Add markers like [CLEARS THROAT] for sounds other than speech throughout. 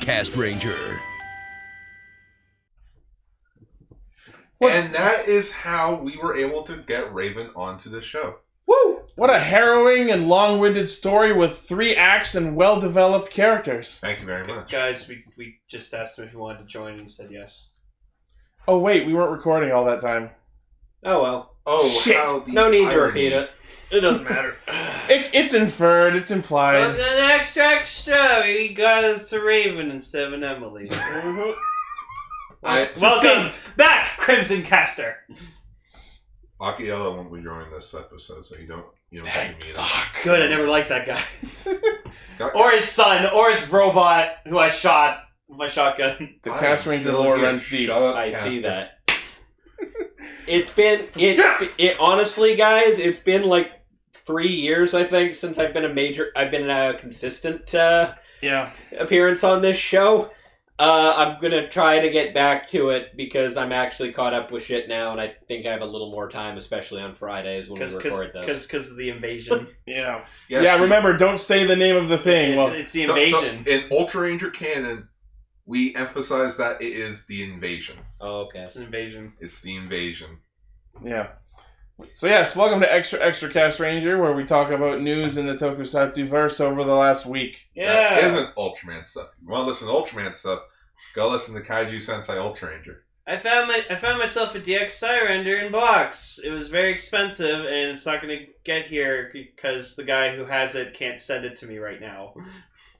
Podcast Ranger. and that is how we were able to get Raven onto the show. Woo! What a harrowing and long-winded story with three acts and well-developed characters. Thank you very much. Guys, we, we just asked him if he wanted to join and he said yes. Oh wait, we weren't recording all that time. Oh well. Oh, Shit. how the No need to irony. repeat it. It [LAUGHS] doesn't matter. It, it's inferred. It's Well, implied. the next extra, we got us a Raven and Seven Emily. Mm-hmm. [LAUGHS] I, Welcome back, Crimson Caster. Akiella won't be joining this episode, so you don't you don't have to meet him. Good, I never [LAUGHS] liked that guy. God- or his son, or his robot who I shot with my [LAUGHS] shotgun. The I Cast am Ranger still lore here. runs deep. Shut up, I see Castor. that. It's been it it honestly, guys. It's been like three years, I think, since I've been a major. I've been a consistent uh, Yeah. appearance on this show. Uh, I'm gonna try to get back to it because I'm actually caught up with shit now, and I think I have a little more time, especially on Fridays when we record those. Because of the [LAUGHS] invasion. Yeah. Yes, yeah. the- Remember, don't say the name of the thing. It's, well, it's the so- so invasion. in Ultra Ranger canon, we emphasize that it is the invasion. Oh, okay. it's an invasion. It's the invasion. yeah. So yes, welcome to Extra Extra Cast Ranger, where we talk about news in the Tokusatsu verse over the last week. Yeah. That isn't Ultraman stuff. You want to listen to Ultraman stuff? Go listen to Kaiju Sentai Ultra Ranger. I found my I found myself a DX Cyrender in box. It was very expensive, and it's not going to get here because the guy who has it can't send it to me right now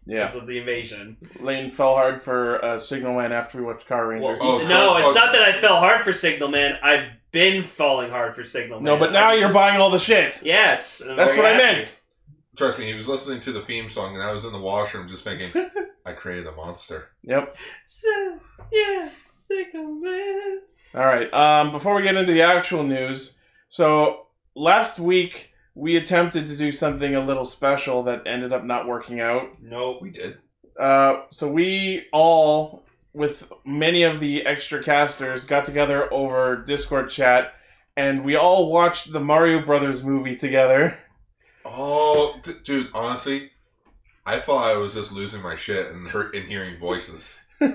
Yeah. because of the invasion. Lane fell hard for uh, Signal Man after we watched Car Ranger. Well, Oh, no, oh, it's oh. not that I fell hard for Signal Man. I've been falling hard for Signal oh, Man. no, but now I you're just- buying all the shit. Yes, and I'm That's very what I happy. meant. Trust me, he was listening to the theme song, and I was in the washroom just [LAUGHS] thinking, I created a monster. Yep. So, yeah, Signal Man. All right. Um, before we get into the actual news, so last week we attempted to do something a little special that ended up not working out. Nope. We did. Uh, so we all, with many of the extra casters, got together over Discord chat, and we all watched the Mario Brothers movie together. [LAUGHS] Oh, d- dude, honestly, I thought I was just losing my shit and hurt and hearing voices. It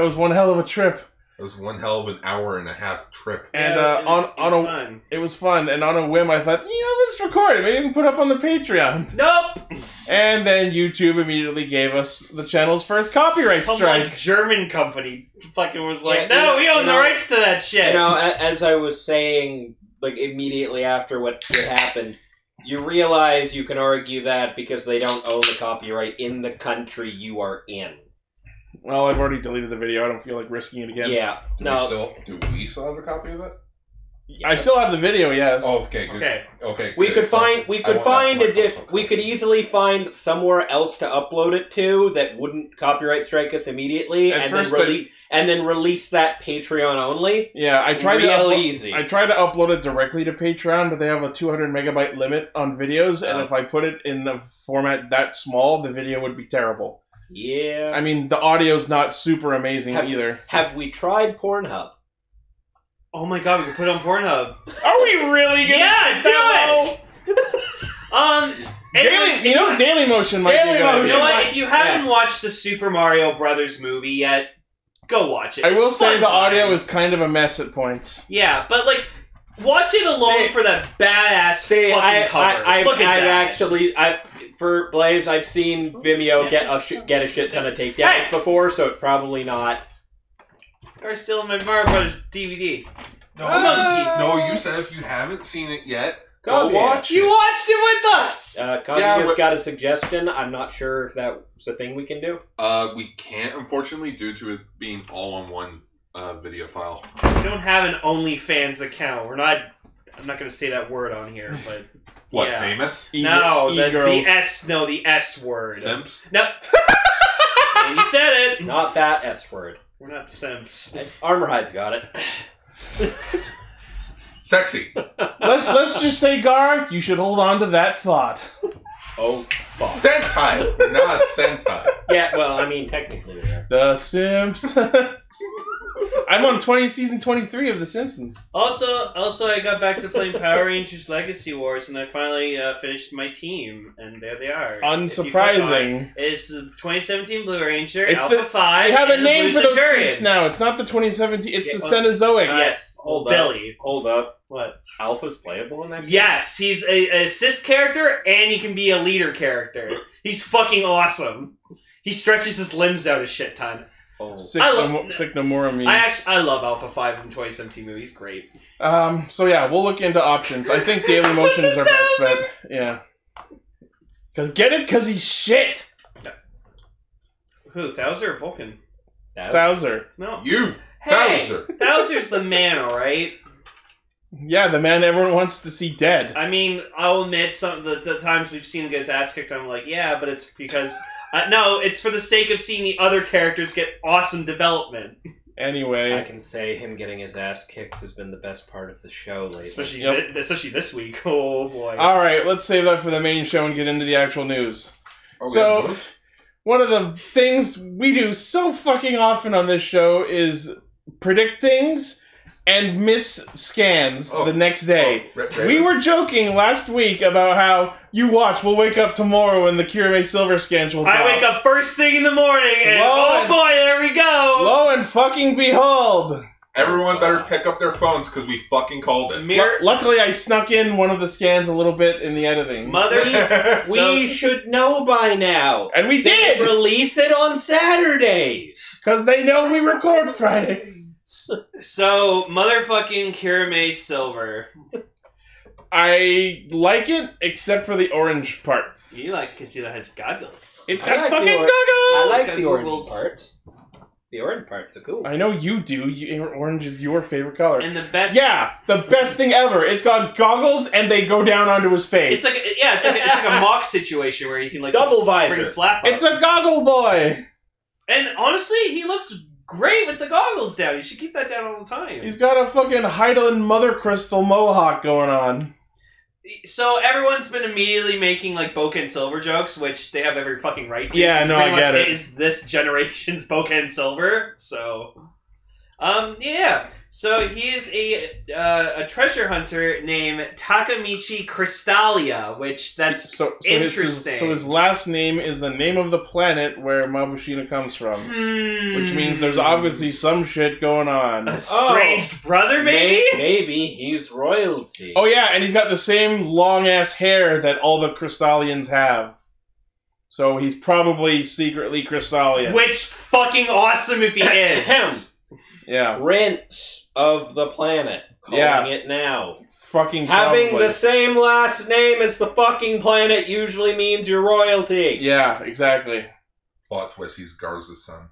was one hell of a trip, It was one hell of an hour and a half trip. and Yeah, uh, it on was- it on was a fun. it was fun. And on a whim, I thought, you know, let's record it. Maybe we can put it up on the Patreon. Nope. And then YouTube immediately gave us the channel's first copyright Some, strike. Like, German company fucking was like, Yeah, no, you- we own you the know- rights to that shit. You know, a- as I was saying, like immediately after what what happened, you realize you can argue that because they don't own the copyright in the country you are in. Well, I've already deleted the video. I don't feel like risking it Yeah. again. Do we No. still do we still have a copy of it? I still have the video. Yes. Oh, okay, good. okay. Okay, We good. could So, find we I could want that find a microphone diff we could e-, copy. easily find somewhere else to upload it to that wouldn't copyright strike us immediately At and then first I- release and then release that Patreon only. Yeah, I tried Real to. uplo- easy. I tried to upload it directly to Patreon, but they have a 200 megabyte limit on videos, and Oh. if I put it in the format that small, the video would be terrible. yeah. I mean, the audio's not super amazing have, either. have we tried Pornhub? Oh my god, we can put it on Pornhub. Are we really gonna? yeah, do it. um, anyways, Daily, you know, Daily Motion might be a good you idea. know what? If you haven't watched the Super Mario Brothers movie yet, go watch it. I will It's say fun the time. audio is kind of a mess at points. Yeah, but like, watch it alone See- for that badass See, fucking I, cover. I, I, Look at I've that. actually, I for Blaze, I've seen Vimeo get a sh- get a shit ton of takedowns Hey! before, so it's probably not. Or still in my Mario Brothers DVD. No, Ah! no, you said if you haven't seen it yet, go Copy it. watch You it. watched it with us. Oh, Uh, Cosby Yeah, just but- got a suggestion. I'm not sure if that's a thing we can do. Uh, we can't, unfortunately, due to it being all in one uh, video file. we don't have an OnlyFans account. We're not. I'm not going to say that word on here, but What Yeah. famous E- no, the, the e-girls. S. No, the S word. Sims? [LAUGHS] No. you said it. Not that S word. We're not simps. Armorhide's got it. Sexy. let's let's just say, Gar, you should hold on to that thought. Oh fuck. Sentai, not a Sentai. yeah. Well, I mean, technically, we are. The Sims. [LAUGHS] I'm on twenty season twenty three of The Simpsons. Also, also, I got back to playing Power Rangers Legacy Wars, and I finally uh, finished my team, and there they are. If you click on it, Unsurprising. It's the 2017 Blue Ranger It's Alpha the- Five. They have a and the Blue name for those Centurion. suits now. It's not the 2017. It's Yeah, the well, Cenozoic. uh, yes, Hold up. Billy. Hold up. What? Alpha's playable in that game? Yes, he's a, a assist character, and he can be a leader character. He's fucking awesome. He stretches his limbs out a shit ton. Oh. Sick, uh, I love- no, sick no more of me. I actually, I love Alpha Five from 2017 movie. He's great. Um, so yeah, we'll look into options. I think Daily Motion is our best bet. Yeah. Cause get it, cause he's shit. Who? Thouser or Vulcan? That- Bowser. No. You, Hey, Bowser. Bowser's the man, all right. Yeah, the man everyone wants to see dead. I mean, I'll admit some of the, the times we've seen him get his ass kicked. I'm like, yeah, but it's because uh, no, it's for the sake of seeing the other characters get awesome development, I Anyway, can say him getting his ass kicked has been the best part of the show lately. especially Yep. thi- especially this week. [LAUGHS] Oh boy. all right, let's save that for the main show and get into the actual news. Oh, we So- have those? One of the things we do so fucking often on this show is predict things and miss scans Oh. the next day. Oh, Rip We Raven. were joking last week about how you watch. We'll wake up tomorrow and the Kirame Silver scans will. I drop. wake up first thing in the morning, and Lo oh and- boy, there we go. Lo and fucking behold! Everyone better pick up their phones because we fucking called it. Mirror, Lu- luckily, I snuck in one of the scans a little bit in the editing, [LAUGHS] mother, we should know by now. and we They did release it on Saturdays. because they know we record Fridays. so motherfucking Kirame Silver. I like it except for the orange parts. You like can see that has goggles. It's I got like the fucking or- goggles. I like Send the orange Googles. part. The orange part's a cool. I know you do. You, your orange is your favorite color. And the best, yeah, the best thing ever. It's got goggles and they go down onto his face. It's like a, yeah, it's like a, it's like a mock situation where you can like Double bring visor. his flap up. it's a goggle boy. And honestly, he looks great with the goggles down. You should keep that down all the time. He's got a fucking Heidelin Mother Crystal mohawk going on. so everyone's been immediately making like Boca and Silver jokes, which they have every fucking right to. Yeah, no, I Pretty much get it. Is this generation's [LAUGHS] Boca and Silver? So, um, yeah. So he is a uh, a treasure hunter named Takamichi Crystallia, which that's So, so His, Interesting. his, so his last name is the name of the planet where Mabushina comes from, hmm, which means there's obviously some shit going on. estranged brother, maybe. Oh. May- maybe he's royalty. Oh yeah, and he's got the same long ass hair that all the Crystallians have. So he's probably secretly Oh, Crystallian. Which fucking awesome [LAUGHS] if he is. yeah, Rinse of the planet. Calling Yeah. it now. fucking Having probably. the same last name as the fucking planet usually means you're royalty. Yeah, exactly. Plot twist, he's Garza's son.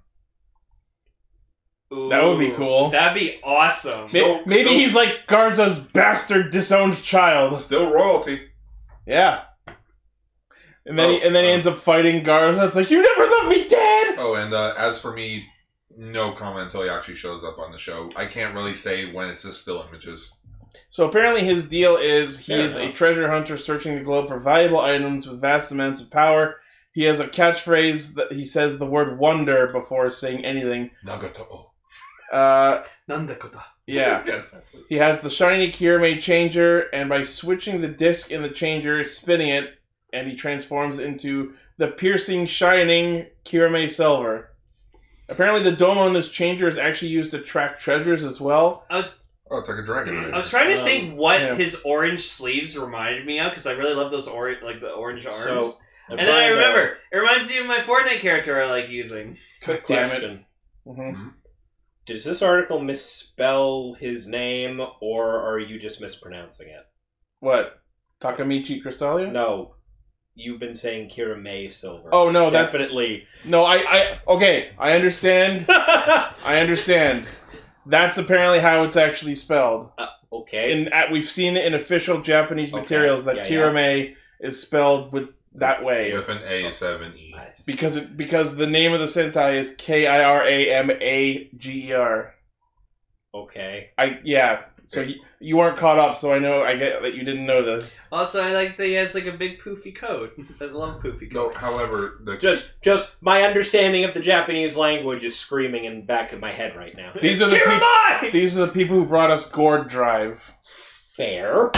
That would be Ooh, cool. That'd be awesome. May- Still- maybe still- he's like Garza's bastard disowned child. Still royalty. Yeah. And then he, Oh, and then he uh. ends up fighting Garza. It's like you never left me dead. Oh, and uh, as for me, no comment until he actually shows up on the show. I can't really say when it's just still images. So apparently, his deal is he Fair is a enough. treasure hunter searching the globe for valuable items with vast amounts of power. He has a catchphrase that he says the word wonder before saying anything. Nagato. Uh, Nandakoda. yeah. that's it. He has the shiny Kirame changer, and by switching the disc in the changer, spinning it, and he transforms into the piercing, shining Kirame silver. Apparently, the dome on this changer is actually used to track treasures as well. I was Oh, it's like a dragon. I right? was trying to Um, think what yeah. his orange sleeves reminded me of because I really love those orange like the orange arms. So, I'm and then I uh, trying to- remember it reminds me of my Fortnite character I like using. Quick Damn it. question. Mhm. Mm-hmm. Does this article misspell his name, or are you just mispronouncing it? What? Takamichi Crystallia? No, you've been saying Kira May Silver. Oh, no, that's- definitely. No, I, I okay, I understand. [LAUGHS] I understand. That's apparently how it's actually spelled. okay. And at, we've seen it in official Japanese Okay, materials that yeah, yeah. Kirame is spelled with that way With an A seven E. because it because the name of the Sentai is K I R A M A G E R. okay. I yeah. So you, you weren't caught up, so I know I get that you didn't know this. Also, I like that he has like a big poofy coat. I love poofy No, coats. however, the Just, just my understanding of the Japanese language is screaming in the back of my head right now. These are the peop- Kiramai! These are the people who brought us Gourd Drive. Fair.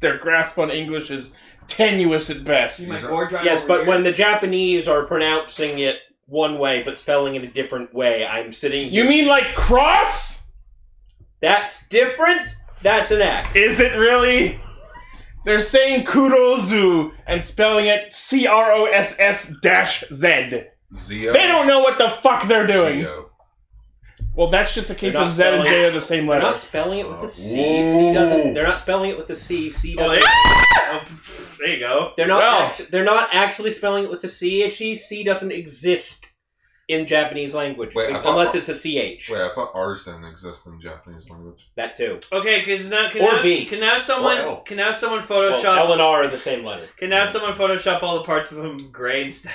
Their grasp on English is tenuous at best. These are- Yes, but when the Japanese are pronouncing it one way but spelling it a different way, I'm sitting. You Here. mean like cross? that's different. That's an act. Is it really? They're saying kudozu and spelling it C R O S S dash Z. Zio. They don't know what the fuck they're doing. Zio. Well, that's just a case They're not of Z and J spelling- are the same They're not letter. spelling it with a C. Whoa. C doesn't. They're not spelling it with a C. C Oh, doesn't. there, oh, pff, there you go. They're not. Well- actu- they're not actually spelling it with a CHE. C doesn't exist in Japanese language Wait, I thought- unless it's a CH. Wait, I thought R's didn't exist in Japanese language. That too. Okay, because now can Or now, V. can now someone Or L. can now someone Well, Photoshop L and R are the same letter. can now someone Photoshop all the parts of him gray instead.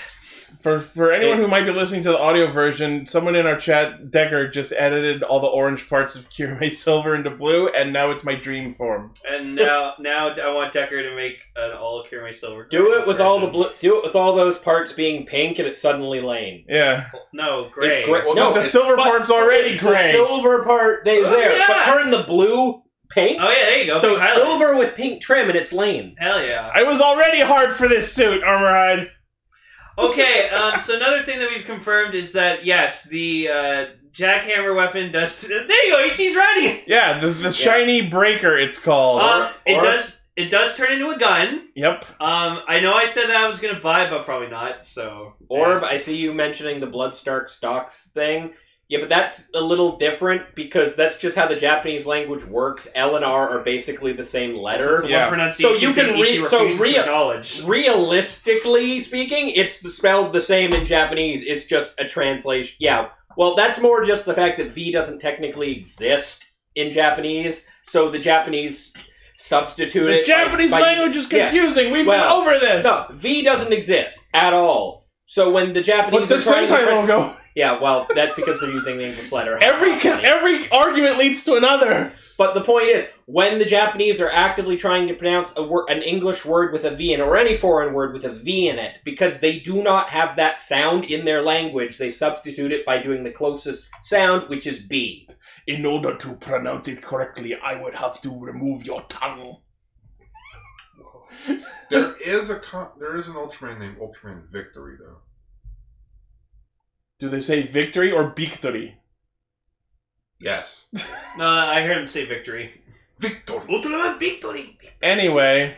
For for anyone who might be listening to the audio version, someone in our chat, Decker, just edited all the orange parts of [LAUGHS] Kirame Silver into blue, and now it's my dream form. And now now I want Decker to make an all Kirame silver. Do it with all the version. blue. Do it with all those parts being pink, and it's suddenly lane. Yeah. No gray. It's gray. Well, no, the it's- silver but- part's already it's the gray. silver part they Oh, there, yeah. but turn the blue pink. Oh yeah, there you go. so it's Highlights. silver with pink trim, and it's lane. Hell yeah. I was already hard for this suit, Armorhide. Okay, um, so another thing that we've confirmed is that yes, the uh, jackhammer weapon does. [LAUGHS] There you go. Ichi's ready. Yeah, the, the shiny breaker, it's called. Um, it or- does. It does turn into a gun. yep. Um, I know I said that I was gonna buy, it, but probably not. So Orb, I see you mentioning the Bloodstark stocks thing. Yeah, but that's a little different because that's just how the Japanese language works. L and R are basically the same It's letter. the Yeah. one pronunciation So you can that Ichi read- so refuses to real- acknowledge. Realistically speaking, it's the- spelled the same in Japanese. It's just a translation. Yeah. Well, that's more just the fact that V doesn't technically exist in Japanese, so the Japanese substitute The it. by- Japanese by- language is yeah. confusing. We've Well, been over this. No, V doesn't exist at all. So when the Japanese But the are trying to Sentai print- logo. Yeah, well, that's because they're using the English letter. Every [LAUGHS] every argument leads to another. but the point is, when the Japanese are actively trying to pronounce a word, an English word with a V in, it, or any foreign word with a V in it, because they do not have that sound in their language, they substitute it by doing the closest sound, which is B. In order to pronounce it correctly, I would have to remove your tongue. [LAUGHS] There is a con- there is an Ultraman named Ultraman Victory though. Do they say victory or victory? Yes, No, I heard him say victory. Victory. Ultraman victory. Anyway,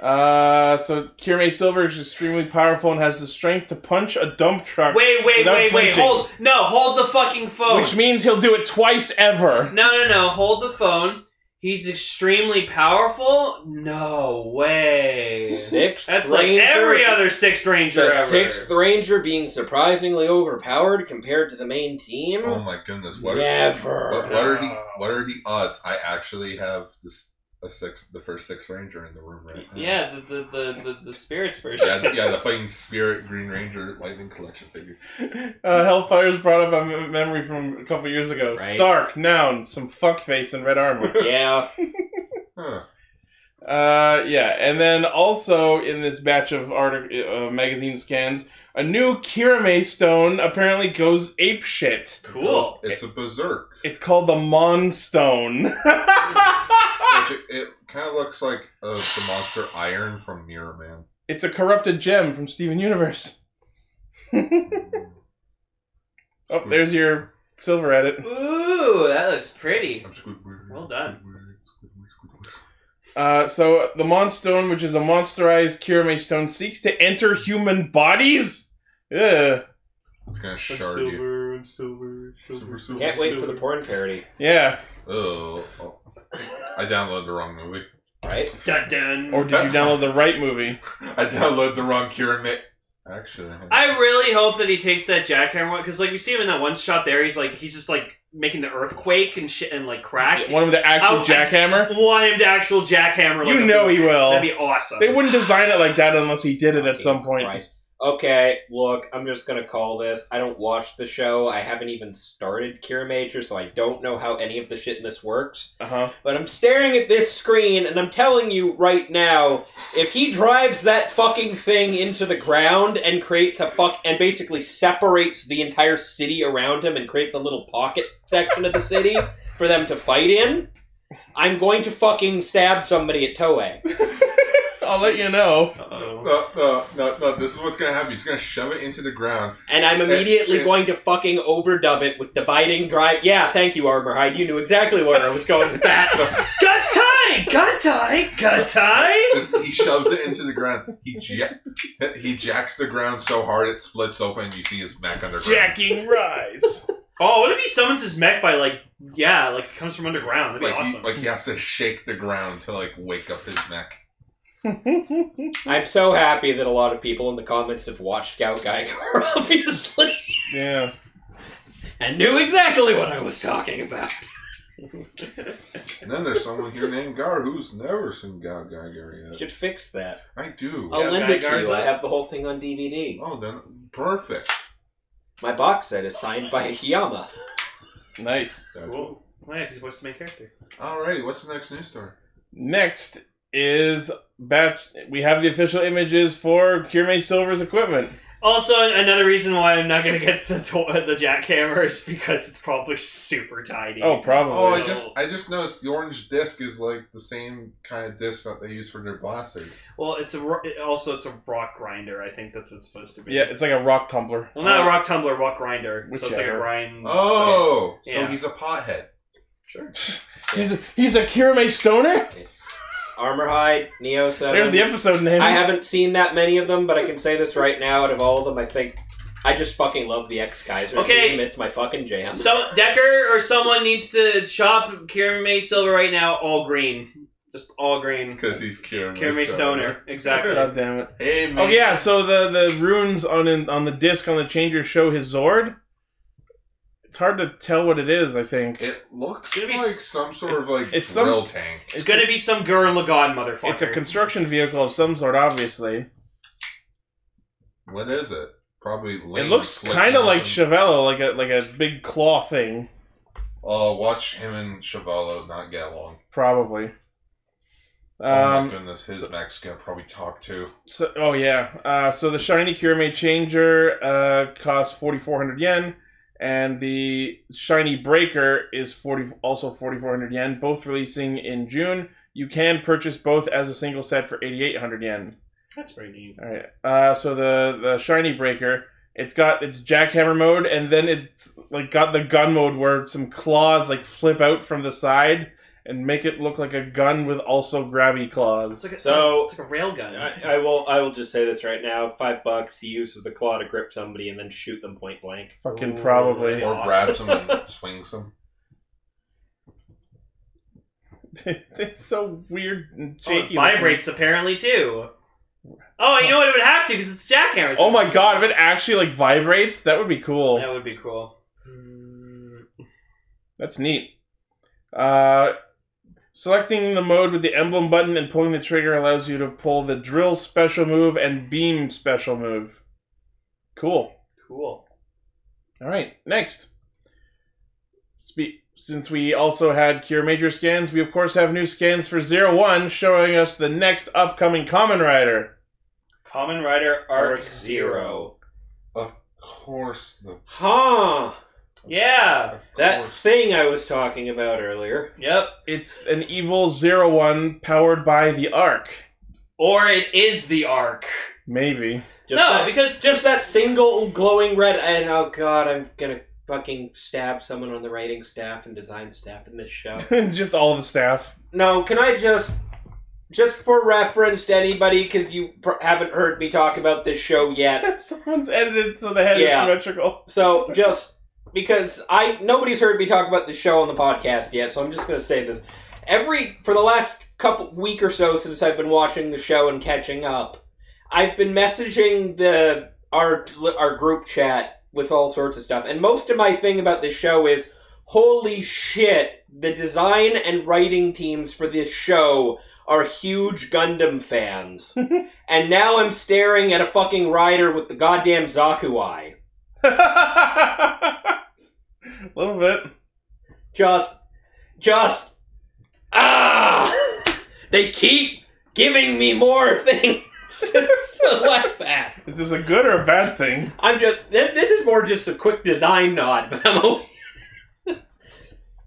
uh, so Kirame Silver is extremely powerful and has the strength to punch a dump truck, Wait, wait, Without wait, wait. flinching. Hold. No, hold the fucking phone. which means he'll do it twice ever. [LAUGHS] No, no, no. Hold the phone. He's extremely powerful. No way. Sixth That's Ranger- like every other sixth ranger The ever. sixth ranger being surprisingly overpowered compared to the main team. Oh my goodness! What Never. What, what are the what are the odds? I actually have this a six the first six ranger in the room right now. Yeah, the the, the, the, the spirits version. Yeah, the- yeah, the fighting spirit Green Ranger lightning collection figure. Uh, Hellfire's brought up a m- memory from a couple years ago. Right. Stark, noun, some fuckface in red armor. Yeah. Huh. Uh, yeah, and then also in this batch of art uh, magazine scans, a new Kirame stone apparently goes ape shit. Cool. It's a berserk. It's called the Mon Stone. [LAUGHS] Ah! Which it, it kind of looks like uh, the monster Iron from Mirror Man. it's a corrupted gem from Steven Universe. [LAUGHS] Mm. Oh, there's your silver edit. Ooh, that looks pretty. I'm Squidward. Well done. Squidward, Squidward, Squidward. Uh, so the Mon Stone, which is a monsterized Kirame stone, seeks to enter human bodies. Ugh. It's gonna I'm shard you. silver, I'm silver, silver, Silver, silver. silver. Can't wait for the porn parody. Yeah. Oh, oh. I downloaded the wrong movie. Right? Dun, dun. Or did you download the right movie? [LAUGHS] I downloaded the wrong Kira Ma- Actually, I really hope that he takes that jackhammer one because, like, we see him in that one shot there. He's like, he's just like making the earthquake and shit and like crack. One of the I actual would- jackhammer. Want him to actual jackhammer? Like You a- know he will. That'd be awesome. They wouldn't design it like that unless he did it at some point. Christ. okay, look, I'm just gonna call this. I don't watch the show. I haven't even started Kira Major, so I don't know how any of the shit in this works. Uh huh. But I'm staring at this screen, and I'm telling you right now, if he drives that fucking thing into the ground and creates a fuck and basically separates the entire city around him and creates a little pocket section of the city for them to fight in, I'm going to fucking stab somebody at Toei. [LAUGHS] I'll let you know. Uh-oh. No, no, no, no. This is what's gonna happen. He's gonna shove it into the ground. And I'm immediately Eh, eh. going to fucking overdub it with dividing drive. Yeah, thank you, Armorhide. You knew exactly where I was going with that. Guntai! Guntai! Guntai! Just he shoves it into the ground. He ja- [LAUGHS] he jacks the ground so hard it splits open. and You see his mech underground. Jacking Rise. [LAUGHS] Oh, what if he summons his mech by like, yeah, like it comes from underground? That'd be Like he, awesome. like he has to shake the ground to like wake up his mech. I'm so happy that a lot of people in the comments have watched Scout Geiger, [LAUGHS] obviously, yeah. and knew exactly what I was talking about. And then there's someone here named Gar who's never seen Gal Geiger yet. Should fix that. I do. I'll Scout lend it to Geiger's you. I up. have the whole thing on DVD. Oh, then perfect. My box set is signed by Hiyama. Nice. cool. Well, yeah, because he voiced the main character. Alrighty, what's the next news story? Next is batch. We have the official images for Kirame Silver's equipment. Also, another reason why I'm not gonna get the to- the jackhammer is because it's probably super tiny. Oh, probably. Oh, I no. just I just noticed the orange disc is like the same kind of disc that they use for their blasters. Well, it's a ro- it- also it's a rock grinder. I think that's what it's supposed to be. yeah, it's like a rock tumbler. Well, not a rock tumbler, rock grinder. So it's like a Whichever. grind. Oh, so Mm, Yeah. he's a pothead. sure. [LAUGHS] He's a, he's a Kirame stoner. Armorhide, Neo 7. There's the episode name. I haven't seen that many of them, but I can say this right now. Out of all of them, I think I just fucking love the X Kaiser. Okay. theme. it's my fucking jam. So Decker or someone needs to shop Kira May Silver right now. All green, just all green. Because he's Kira Kira uh, May Stoner, exactly. God damn it. Hey, Oh man. yeah, so the the runes on on the disc on the changer show his Zord. It's hard to tell what it is. I think It looks It's gonna like be s- some sort of like it's some- drill tank. It's, gonna be some Gurren Lagann motherfucker. it's a construction vehicle of some sort. Obviously, What is it? Probably. it looks kind of like Chevello, like a like a big claw thing, Oh, watch him and Chevallo not get along. probably. oh Um, my goodness, his mech's gonna probably talk too. So, oh yeah. Uh, so the shiny Kirame changer uh, costs forty four hundred yen, and the shiny breaker is forty also forty four hundred yen. Both releasing in June. You can purchase both as a single set for eighty eight hundred yen. That's pretty neat. All right. Uh, so the the shiny breaker, it's got its jackhammer mode, and then it's like got the gun mode where some claws like flip out from the side and make it look like a gun with also grabby claws. It's like a, So- it's like a railgun. I, I will. I will just say this right now. Five bucks. He uses the claw to grip somebody and then shoot them point blank. Fucking Ooh. probably. Or Awesome. grabs him and swings him. [LAUGHS] it's so weird and Oh, it shaky. vibrates apparently too. Oh, you know what? It would have to because it's jackhammers. Oh my god, if it actually like vibrates, that would be cool. That would be cool. Hmm, That's neat. Uh, selecting the mode with the emblem button and pulling the trigger allows you to pull the drill special move and beam special move. Cool. Cool. All right, next. Spe- since we also had Cure Major scans, we of course have new scans for Zero One showing us the next upcoming Common Rider. Common Rider Arc Zero. Of course, the Huh. Yeah. of That course. thing I was talking about earlier. Yep. It's an evil Zero One powered by the Arc. Or it is the Arc. Maybe. Just no, that, because just that single glowing red. And oh god, I'm gonna fucking stab someone on the writing staff and design staff in this show. [LAUGHS] [LAUGHS] Just all the staff. No, can I just, just for reference to anybody, because you pr- haven't heard me talk about this show [LAUGHS] yet. Someone's edited so the head Oh, Yeah. is symmetrical. [LAUGHS] So just because I nobody's heard me talk about the show on the podcast yet, so I'm just gonna say this. Every for the last couple week or so since I've been watching the show and catching up, I've been messaging the our our group chat with all sorts of stuff, and most of my thing about this show is holy shit, the design and writing teams for this show are huge Gundam fans. and now I'm staring at a fucking rider with the goddamn Zaku eye. A little bit. Just, just, ah! [LAUGHS] they keep giving me more [LAUGHS] things to, to laugh at. Is this a good or a bad thing? I'm just. This, this is more just a quick design nod, but I'm. always- [LAUGHS]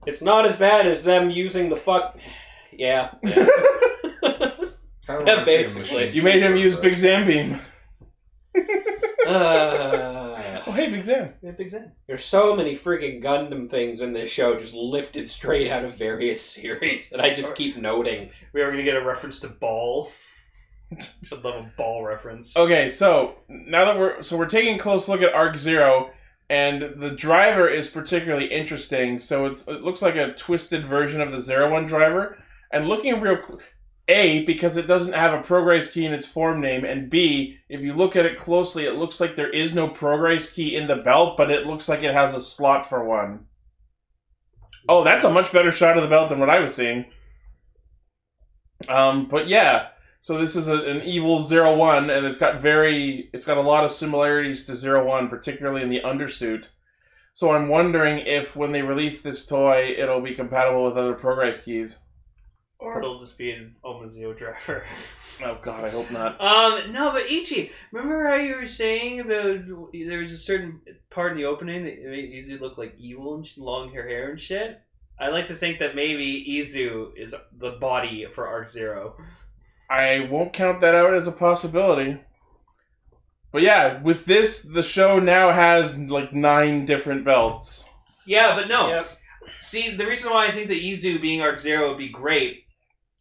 it's not as bad as them using the fuck. Yeah. yeah. Kind reminds Yeah, me of basically. Machine You made him Chainsaw, use but- Big Zam Beam. Uh, [LAUGHS] Oh, hey, Big Zam. Yeah, Big Zen. there's so many freaking Gundam things in this show, just lifted straight out of various [LAUGHS] series that I just keep noting. We are going to get a reference to Ball. [LAUGHS] I love a Ball reference. Okay, so now that we're so we're taking a close look at Arc Zero, and the driver is particularly interesting. So it's it looks like a twisted version of the Zero One driver. And looking real, cl- a because it doesn't have a progress key in its form name, and b if you look at it closely, it looks like there is no progress key in the belt, but it looks like it has a slot for one. Oh, that's a much better shot of the belt than what I was seeing. Um, but yeah, so this is a, an evil zero one, and it's got very, it's got a lot of similarities to zero one, particularly in the undersuit. So I'm wondering if when they release this toy, it'll be compatible with other progress keys. Or it'll just be an Omazeo driver. [LAUGHS] Oh God, I hope not. Um, no, but Ichi, remember how you were saying about there was a certain part in the opening that made Izu look like evil and sh- long hair hair and shit? I like to think that maybe Izu is the body for Arc Zero. I won't count that out as a possibility. But yeah, with this, the show now has like nine different belts. Yeah, but no. Yep. See, the reason why I think that Izu being Arc Zero would be great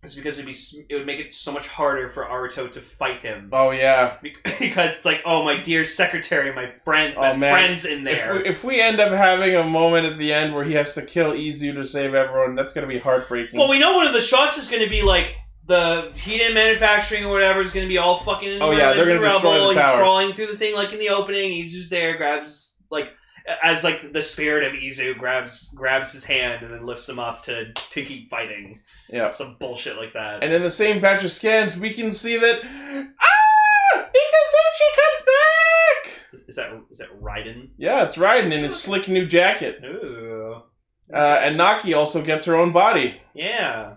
is because it'd be s- it would make it so much harder for Aruto to fight him. Oh yeah. Be- [LAUGHS] Because it's like, oh my dear secretary, my friend, Oh, best man. friend's in there. If we, if we end up having a moment at the end where he has to kill Izu to save everyone, that's gonna be heartbreaking. Well, we know one of the shots is going to be like the heat and manufacturing or whatever is going to be all fucking. In Oh, yeah, they're ruins, gonna destroy rubble, the He's tower. crawling through the thing like in the opening. Izu's there, grabs like as like the spirit of Izu grabs grabs his hand and then lifts him up to to keep fighting. Yeah. some bullshit like that. And in the same batch of scans, we can see that ah, Ikazuchi comes back. Is, is that is that Raiden? Yeah, it's Raiden in his slick new jacket, Ooh, uh, and Naki also gets her own body. yeah,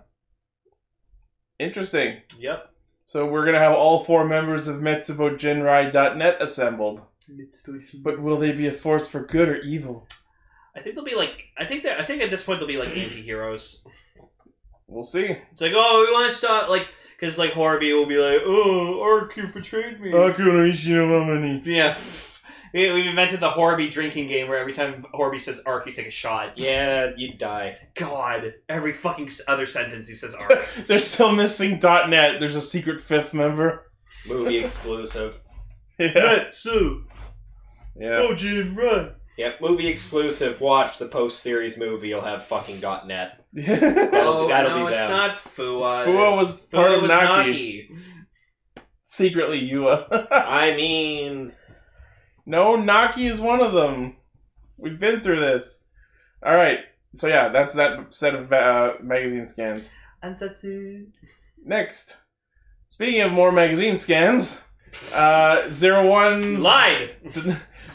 Interesting. yep. So we're gonna have all four members of MetsuboGenrai.net assembled. But will they be a force for good or evil? I think they'll be like I think that I think at this point they'll be [CLEARS THROAT] like anti-heroes. We'll see. It's like, oh, we want to stop, like, because like Harvey will be like, oh, Arcu betrayed me. Yeah, [LAUGHS] we, we've invented the Horby drinking game where every time Horby says Arc, you take a shot. Yeah, you'd die. God, every fucking s- other sentence he says Arc. They're still missing .net. There's a secret fifth member. [LAUGHS] Movie exclusive. [LAUGHS] [LAUGHS] Yeah. Natsu, Yeah. [LAUGHS] Ojin, run. Yep, movie exclusive. Watch the post series movie. You'll have [LAUGHS] fucking .net. That'll, Oh, that'll no, be it's them. not Fua. Fuo was part Fua of was Naki. Naki. Secretly Yua. I mean, No, Naki is one of them. We've been through this. All right. So yeah, that's that set of uh, magazine scans. Ansatsu. Next, speaking of more magazine scans, uh, Zero One's Lied.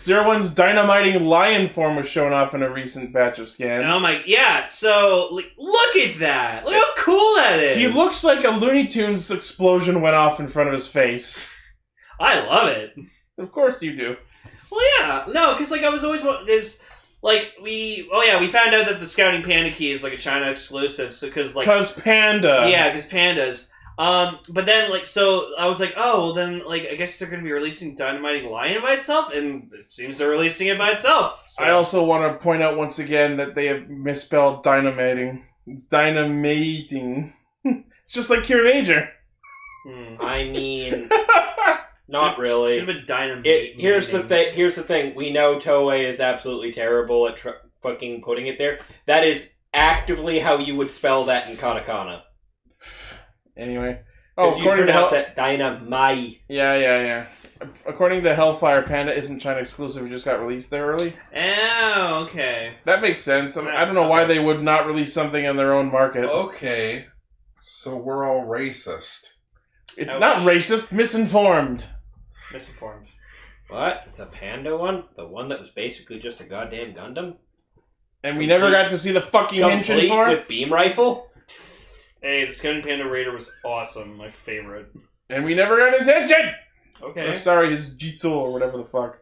Zero One's dynamiting lion form was shown off in a recent batch of scans. Oh my, yeah. So like, look at that. Look how cool that is. He looks like a Looney Tunes explosion went off in front of his face. I love it. Of course you do. Well, yeah, no, because like I was always is like we oh yeah we found out that the Scouting Panda key is like a China exclusive, so because like Cause panda. yeah, because pandas. Um, but then like so I was like oh well then like I guess they're gonna be releasing Dynamiting Lion by itself, and it seems they're releasing it by itself. So. I also want to point out once again that they have misspelled dynamating. It's dynamating. [LAUGHS] it's just like Cure Major. [LAUGHS] Hmm. I mean, not really. Should have been dynamite. It, here's the thing. Here's the thing. We know Toei is absolutely terrible at tr- fucking putting it there. That is actively how you would spell that in katakana. anyway, oh, Oh, you according to Hell- pronounce that dynamai. yeah, yeah, yeah. According to Hellfire, Panda isn't China exclusive. It just got released there early. Oh, okay. Oh, That makes sense. I, mean, I don't know why they would not release something in their own market. Okay. So we're all racist. It's Ouch. not racist, misinformed. Misinformed. What? The panda one? The one that was basically just a goddamn Gundam? And we never Complete- got to see the fucking engine Complete for it. with beam rifle? [LAUGHS] Hey, the Scouting Panda Raider was awesome. My favorite. And we never got his engine! Or Okay. sorry, his Jitsu or whatever the fuck.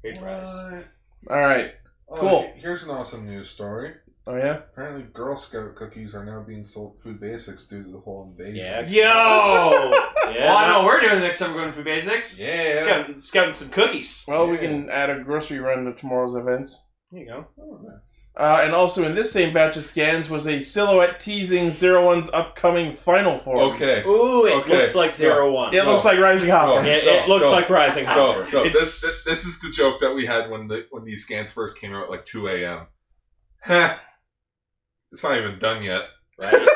Great prize. What? Alright. Oh, Cool. Here's an awesome news story. Oh yeah? Apparently, Girl Scout cookies are now being sold at Food Basics due to the whole invasion. Yeah. [LAUGHS] Yo! Yeah. well, I know what we're doing next time we're going to Food Basics. Yeah. Scouting, scouting some cookies. Well, we Yeah. can add a grocery run to tomorrow's events. There you go. Oh, man. Uh, and also in this same batch of scans was a silhouette teasing Zero One's upcoming final form. Okay. Ooh, it Okay. looks like Zero One. It looks like Rising Hopper. Oh. It, Go, it looks go, like Rising Hopper. Go, go. It's- This, this, this is the joke that we had when the when these scans first came out at like 2 a.m. Huh. It's not even done yet. Right?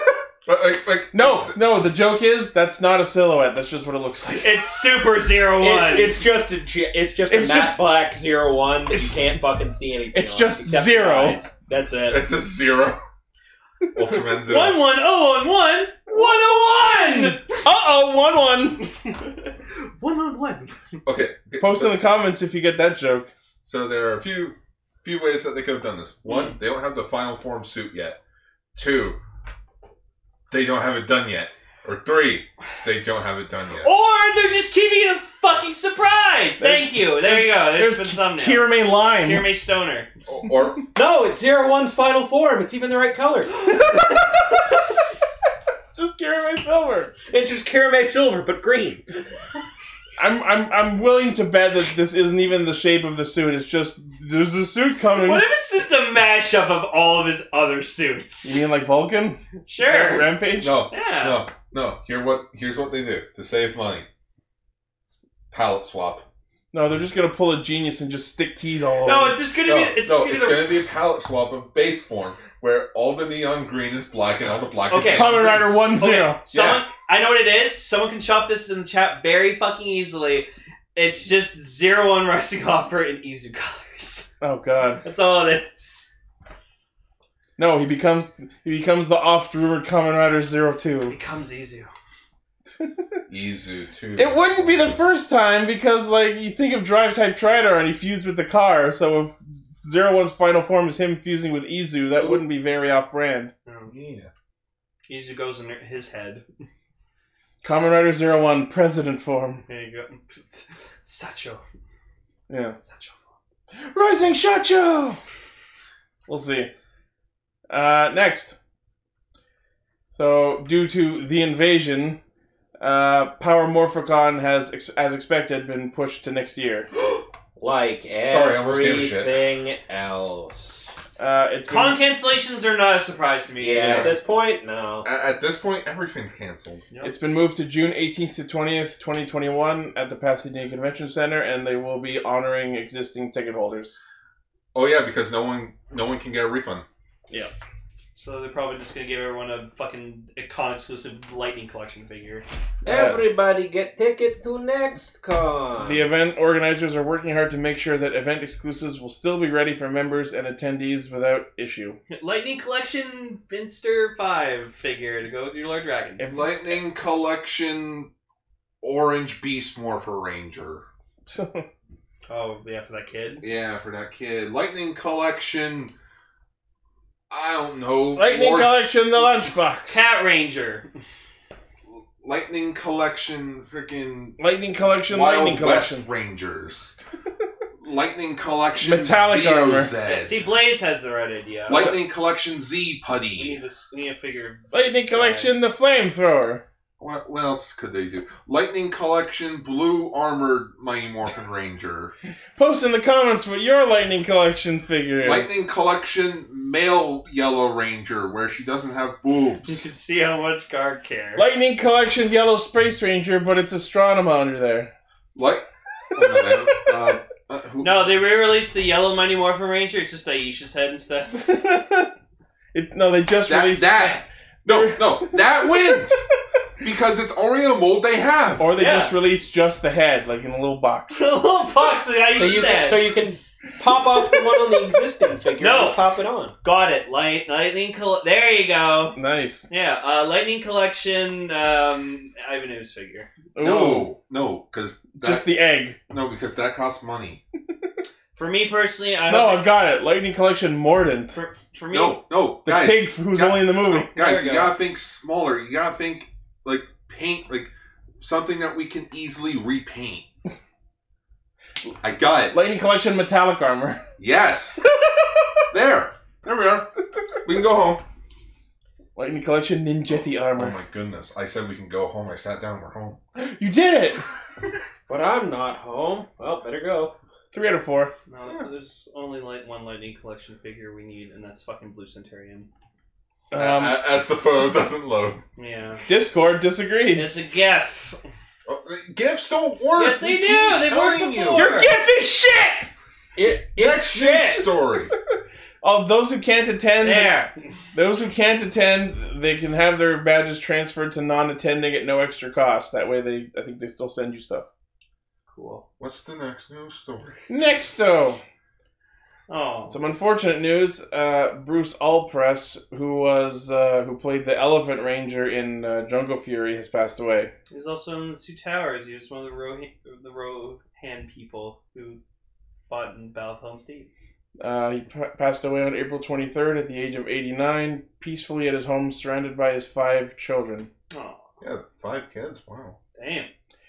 But like, like No, no, the joke is that's not a silhouette. That's just what it looks like. [LAUGHS] It's Super Zero One. It's, it's just a ge- it's just It's a matte just- black Zero One that you can't fucking see anything. It's on, just except your zero. eyes. That's it. it's a zero. Ultraman zero. one one oh on one one on Uh oh, one one. one one on one. Okay. okay, Post in so, the comments if you get that joke. so there are a few few ways that they could have done this. Hmm. One, they don't have the final form suit yet. Two, they don't have it done yet. Or three, they don't have it done yet. Or they're just keeping it a fucking surprise. Thank you. There you go. There's, there's the thumbnail. Kirame Lime. Kirame Stoner. Or No, it's Zero One's final form. It's even the right color. It's just Kirame Silver. It's just Kirame Silver, but green. I'm, I'm, I'm willing to bet that this isn't even the shape of the suit. It's just there's a suit coming. What if it's just a mashup of all of his other suits? You mean like Vulcan? Sure. Rampage. no, Yeah. no, no. Here what here's what they do to save money. Palette swap. No, they're just gonna pull a genius and just stick keys all over. No, it's just gonna No, be. no, It's it's, gonna be the. going to be a palette swap of base form where all the neon green is black and all the black is Okay. neon Kamen Rider green. one zero. Someone, I know what it is. Someone can chop this in the chat very fucking easily. It's just zero on rising hopper and Izu colors. [LAUGHS] Oh god. That's all it is. No, he becomes he becomes the oft rumored Kamen Rider Zero Two. becomes Izu. [LAUGHS] Izu two. It wouldn't be the first time because like you think of Drive Type Trider and he fused with the car, so if Zero One's final form is him fusing with Izu, that wouldn't be very off brand. Um, Yeah. Izu goes in his head. Kamen Rider Zero One President form. There you go. [LAUGHS] Sacho. Yeah. Sacho. Rising Shacho! We'll see. Uh, next. So, due to the invasion, uh, Power Morphicon has, ex- as expected, been pushed to next year. Like Sorry, I almost gave a shit. everything else. Uh, it's been- Con cancellations are not a surprise to me. Yeah, at this point, no. At, at this point, everything's canceled. It's been moved to June 18th to 20th, 2021 at the Pasadena Convention Center, and they will be honoring existing ticket holders. Oh yeah, because no one, no one can get a refund. So they're probably just gonna give everyone a fucking a con exclusive lightning collection figure. [LAUGHS] Uh, Everybody get ticket to next con. Uh. The event organizers are working hard to make sure that event exclusives will still be ready for members and attendees without issue. Lightning collection Finster five figure to go with your Lord Dragon. If- [LAUGHS] Lightning Collection, Orange Beast Morpher Ranger. Oh yeah, for that kid. Yeah, for that kid. Lightning Collection. I don't know. Lightning Lord- Collection, the lunchbox. Cat Ranger. Lightning Collection. Freaking Lightning collection, lightning Wild collection. West Rangers. [LAUGHS] Lightning Collection. Metallic ZOZ. See, Blaze has the right idea. Lightning Collection Z We need Putty. this. We need a figure. of Lightning this collection, the flamethrower. What, what else could they do? Lightning Collection Blue Armored Mighty Morphin Ranger. Post in the comments what your lightning collection figure is. Lightning Collection Male Yellow Ranger, where she doesn't have guy. [LAUGHS] You can boobs. see how much Gar cares. Lightning collection, yellow space ranger, but it's astronomer under there. Light. Oh, no, they- uh, uh, who- No, they re-released the yellow Mighty Morphin Ranger. It's just Aisha's head instead. [LAUGHS] [LAUGHS] it, no, they just that, released that. No, no, that wins because it's only a mold they have. Or they Yeah. just released just the head, like in a little box. the little box that so Aisha's you head. can, so you can pop off the one on the existing figure. No. and just pop it on. Got it. Light, lightning. Col- there you go. Nice. Yeah, uh, lightning collection. Um, Ivanhoe's figure Ooh, No, no, because that Just the egg. no, because that costs money. for me personally. I No, don't I've got it. Lightning Collection Mordant. for, for me. No, no, The guys, pig who's guys- only in the movie. guys, There you you go. gotta think smaller. You gotta think like paint, like something that we can easily [LAUGHS] repaint. I got it. Lightning Collection Metallic Armor. [LAUGHS] Yes. there. There we are. We can go home. Lightning Collection Ninjetti Oh Armor. my goodness! I said we can go home. I sat down. We're home. You did it! But I'm not home. Well, better go. Three out of four. No, there's only like one lightning collection figure we need, and that's fucking Blue Centurion. Um, Um, as the [LAUGHS] photo doesn't load. Yeah. Discord It's disagrees. a GIF. Oh, Gifts don't work. Yes, they We do. keep They've worked telling you. before. Your gift is shit! It, Next it's news shit. story. Oh, those who can't attend, There. those who can't attend, they can have their badges transferred to non-attending at no extra cost. That way, they I think they still send you stuff. Cool. What's the next news story? Next, though, Oh. some unfortunate news. Uh, Bruce Allpress, who was uh, who played the Elephant Ranger in uh, Jungle Fury, has passed away. He was also in the Two Towers. He was one of the Rohan, the Rohan people who fought in Battle of Helm's Deep. Uh, he p- passed away on April 23rd at the age of 89, peacefully at his home, surrounded by his five children. Oh, Yeah, five kids. Wow. damn.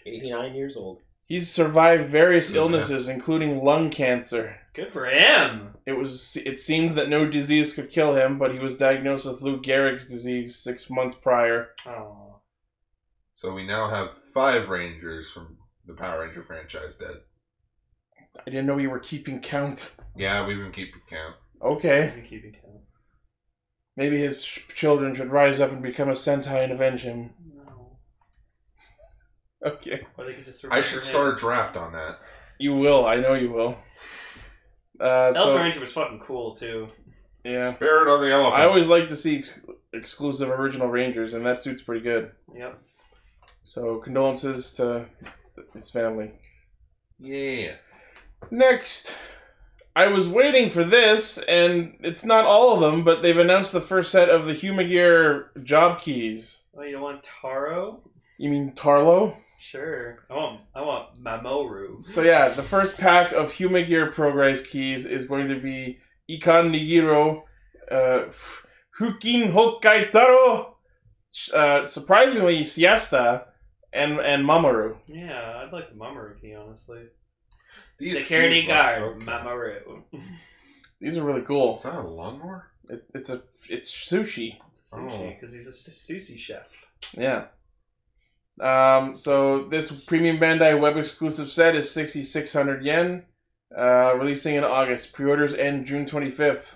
89 years old. He's survived various Yeah. illnesses, including lung cancer. Good for him. It was. It seemed that no disease could kill him, but he was diagnosed with Lou Gehrig's disease six months prior. Oh. So we now have five Rangers from the Power Ranger franchise dead. I didn't know you were keeping count. Yeah, we've been keeping count. Okay, I've been keeping count. maybe his ch- children should rise up and become a Sentai and avenge him. [LAUGHS] No. Okay, Or they could just I remember should him. start a draft on that. you will. I know you will. Uh, Elf so Ranger was fucking cool too. yeah, Spirit of the elephant. I always like to see ex- exclusive original Rangers, and that suit's pretty good. Yep. So condolences to his family. yeah. Next, I was waiting for this, and it's not all of them, but they've announced the first set of the Humagear job keys. Oh, you want Taro? You mean Tarlo? Sure. I want. I want Mamoru. So yeah, the first pack of Humagear Progress keys is going to be Ikan Nigiro, uh, F- Fukin Hokai Taro, uh, surprisingly Siesta, and and Mamoru. Yeah, I'd like the Mamoru key honestly. These Security keys look- guard okay. Mamoru. [LAUGHS] These are really cool. Is that a lawnmower? It, it's a it's sushi. It's a Oh. sushi because he's a s- sushi chef. Yeah. Um, so this premium Bandai web exclusive set is 6,600 yen, uh, releasing in August. Pre-orders end June 25th.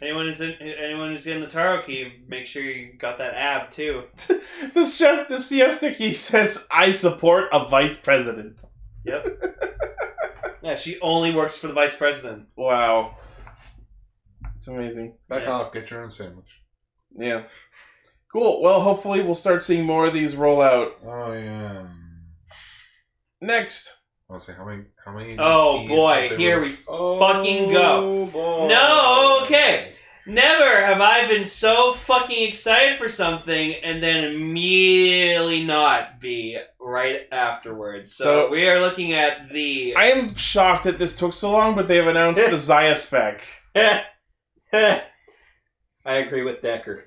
Anyone who's in, anyone who's getting the Taro key, make sure you got that ab too. This just [LAUGHS] the siesta key says, "I support a vice president." Yeah, she only works for the vice president. Wow, it's amazing. Back Yeah. off. Get your own sandwich. Yeah, cool. Well, hopefully we'll start seeing more of these roll out Oh yeah. next. I'll say how many? How many? of these Oh, keys boy, that they here would've- we- Oh, Fucking go. boy. No, [LAUGHS] okay. Never have I been so fucking excited for something and then immediately not be right afterwards. So, So- we are looking at the I am shocked that this took so long, but they have announced the Zaya spec. I agree with [LAUGHS] Decker.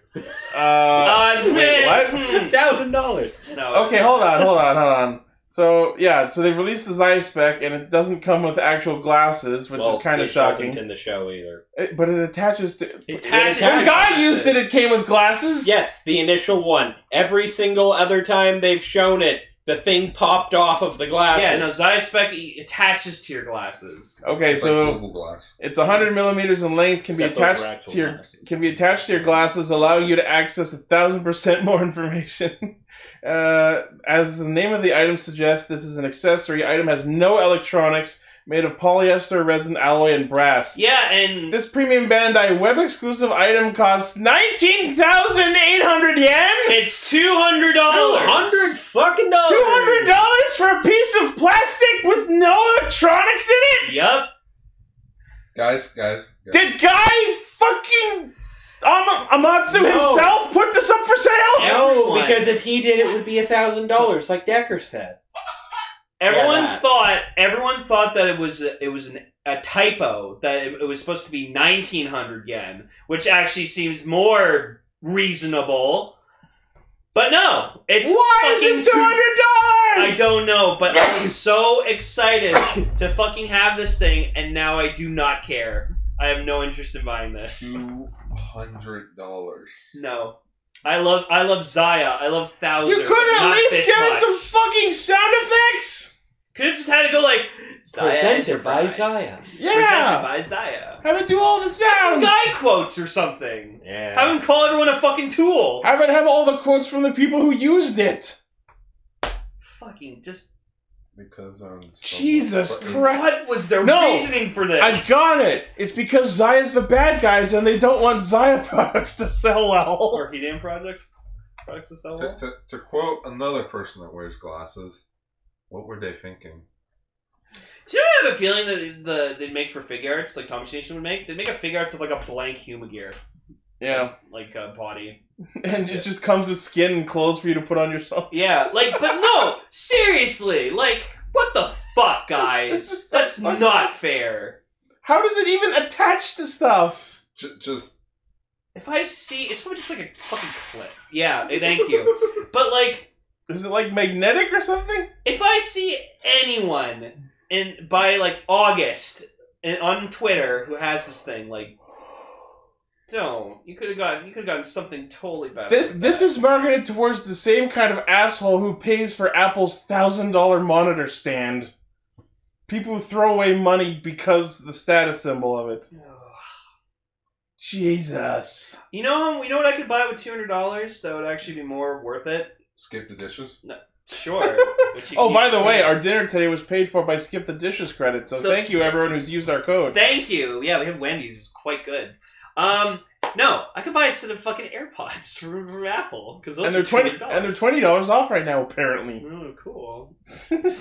Uh, uh, wait, what? hmm. Thousand dollars. No, it's okay, not. hold on, hold on, hold on. So yeah, so they released the Zeiss spec, and it doesn't come with actual glasses, which is kind of shocking. In the show either. It- but it attaches to. It attaches- When God used it, it came with glasses. Yes, the initial one. Every single other time they've shown it, the thing popped off of the glass. Yeah, no, Zyspec attaches to your glasses. Okay, It's so like Google Glass. it's 100 millimeters in length, can be attached to your can be attached to your glasses, allowing you to access a thousand percent more [LAUGHS] information. Uh, as the name of the item suggests, this is an accessory item has no electronics, made of polyester, resin, alloy, and brass. Yeah, and This premium Bandai web exclusive item costs 19,800 yen? it's two hundred dollars. hundred fucking dollars. $200 for a piece of plastic with no electronics in it? Yup. Guys, guys, guys. Did Guy fucking Ama- Amatsu No. himself put this up for sale? No, Everyone. because if he did, it would be a thousand dollars, like Decker said. Everyone Yeah, that. thought everyone thought that it was it was an, a typo that it, it was supposed to be 1900 yen, which actually seems more reasonable. But no, it's Why is fucking it two hundred I dollars? don't know, but I was so excited to fucking have this thing, and now I do not care. I have no interest in buying this. Mm. Two hundred dollars. No, I love I love Zaya. I love Thousand. You could at least give it some fucking sound effects. Could have just had to go like Zaya Presented by Enterprise. Zaya. Presented Yeah, by Zaya. have it do all the Some sounds. guy quotes or something. Yeah. Have him call everyone a fucking tool. Have it have all the quotes from the people who used it. fucking just. Because on Jesus Christ. What was their No. reasoning for this? I got it. It's because Zaya's the bad guys and they don't want Zaya [LAUGHS] products to sell well. [LAUGHS] Or he didn't projects. Products to sell. To, well? to, to quote another person that wears glasses, what were they thinking? Do you have a feeling that the they'd make for figure arts like Thomas Nation would make? They'd make a figure arts of like a blank human gear, Yeah. like a body. And it just comes with skin and clothes for you to put on yourself. Yeah, like [LAUGHS] but no, seriously, like what the fuck, guys? That's not fair. How does it even attach to stuff? J- just If I see, it's probably just like a fucking clip. Yeah, thank [LAUGHS] you. But like, Is it like magnetic or something? if I see anyone in by like August in, on Twitter who has this thing, like, don't you could have gotten you could have gotten something totally better. This than this that. is marketed towards the same kind of asshole who pays for Apple's thousand dollar monitor stand. People who throw away money because the status symbol of it. Jesus. You know, you know what I could buy with two hundred dollars that would actually be more worth it. skip the dishes. [LAUGHS] Sure. But you Oh, can by use- the way, our dinner today was paid for by Skip the Dishes credit, so, So- thank you everyone who's used our code. thank you. Yeah, we had Wendy's. It was quite good. Um, no, I could buy a set of fucking AirPods [LAUGHS] from, from Apple because those and they're are twenty $200. and they're twenty dollars off right now, [LAUGHS] apparently. [LAUGHS] Oh, cool. and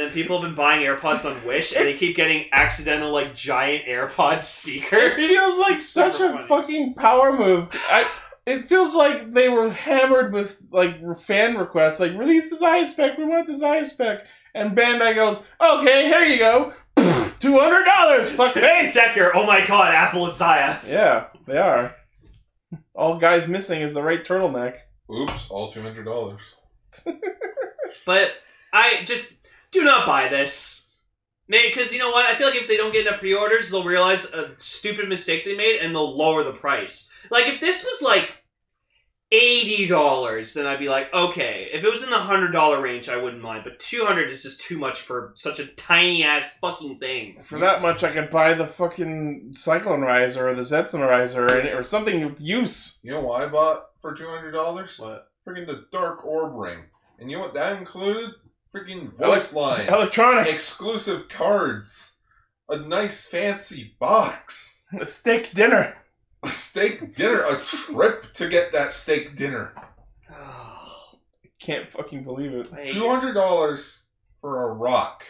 then people have been buying AirPods on Wish, and they keep getting accidental, like, giant AirPod [LAUGHS] speakers. It feels like It's such super a funny. fucking power move. I it feels like they were hammered with like fan requests, like release the Zaya spec, we want the Zaya spec. And Bandai goes, okay, here you go, [LAUGHS] two hundred dollars, fuck Hey, face. Decker! Oh my god, Apple is Zaya! Yeah, they are. All guys missing is the right turtleneck. Oops, all two hundred dollars. But I just do not buy this. Because you know what? I feel like if they don't get enough pre orders, they'll realize a stupid mistake they made and they'll lower the price. Like, if this was like $80, then I'd be like, okay. If it was in the $100 range, I wouldn't mind. But 200 is just too much for such a tiny ass fucking [SIGHS] thing. For that much, I could buy the fucking Cyclone Riser or the Zetsun Riser and- or something with use. You know what I bought for two hundred dollars? What? Freaking the dark orb ring. And you know what that included? Freaking Ele- voice lines, Electronics, exclusive cards, a nice fancy box, a steak dinner. a steak dinner, a trip to get that steak dinner. Oh, Can't fucking believe it. Like, Two hundred dollars for a rock.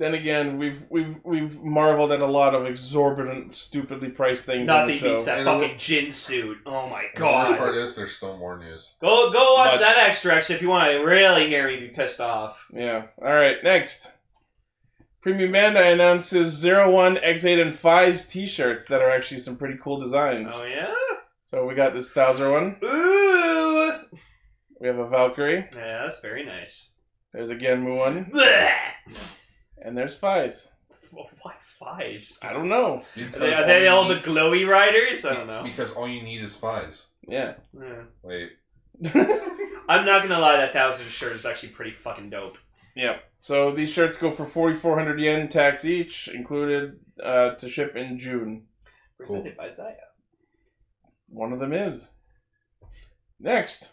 Then again, we've we've we've marveled at a lot of exorbitant, stupidly priced things. on the Nothing show. beats that And fucking gin suit. Oh my And The worst god. part is there's still more news. Go go watch Much. that extra extra if you want to really hear me be pissed off. Yeah. All right. Next, Premium Bandai announces Zero One X Eight and Fi's T-shirts that are actually some pretty cool designs. Oh yeah? So we got this Thouser one. Ooh! We have a Valkyrie. Yeah, that's very nice. There's a Genmu one, Blech! and there's Fi's. Well, why flies? I don't know. Are Because they, are they you all the need- glowy riders? I don't know. Because all you need is spies. Yeah. [LAUGHS] Yeah. Wait, I'm not gonna lie, that thousand shirt is actually pretty fucking dope. Yep. So these shirts go for 4,400 yen tax each, included uh, to ship in June. Presented by Zaya. One of them is. Next.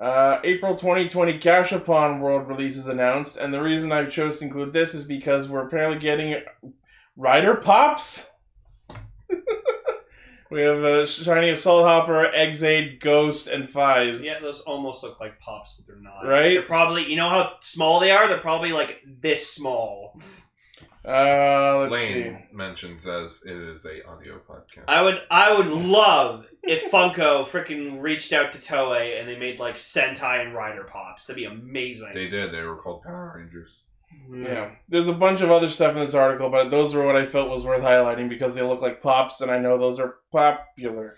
Uh, April 2020 Cash Upon World release is announced, and the reason I chose to include this is because we're apparently getting Rider Pops. [LAUGHS] we have uh, Shiny Assault Hopper, Exade, Ghost, and Fives. Yeah, those almost look like pops, but they're not. Right? They're probably, you know how small they are? They're probably like this small. Uh, let's Lane see. mentions as it is a audio podcast. I would I would love if Funko freaking reached out to Toei and they made like Sentai and Rider Pops. That'd be amazing. Mm. They did. They were called Power Rangers. Yeah, there's a bunch of other stuff in this article, but those are what I felt was worth highlighting because they look like pops, and I know those are popular.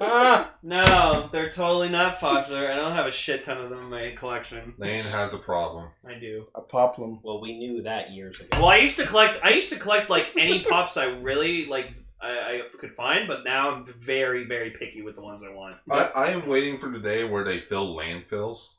Ah, No, they're totally not popular. I don't have a shit ton of them in my collection. Lane has a problem. I do. A poplum. well, we knew that years ago. Well, I used to collect. I used to collect like [LAUGHS] any pops I really like. I, I could find, but now I'm very, very picky with the ones I want. I, I am waiting for the day where they fill [LAUGHS] landfills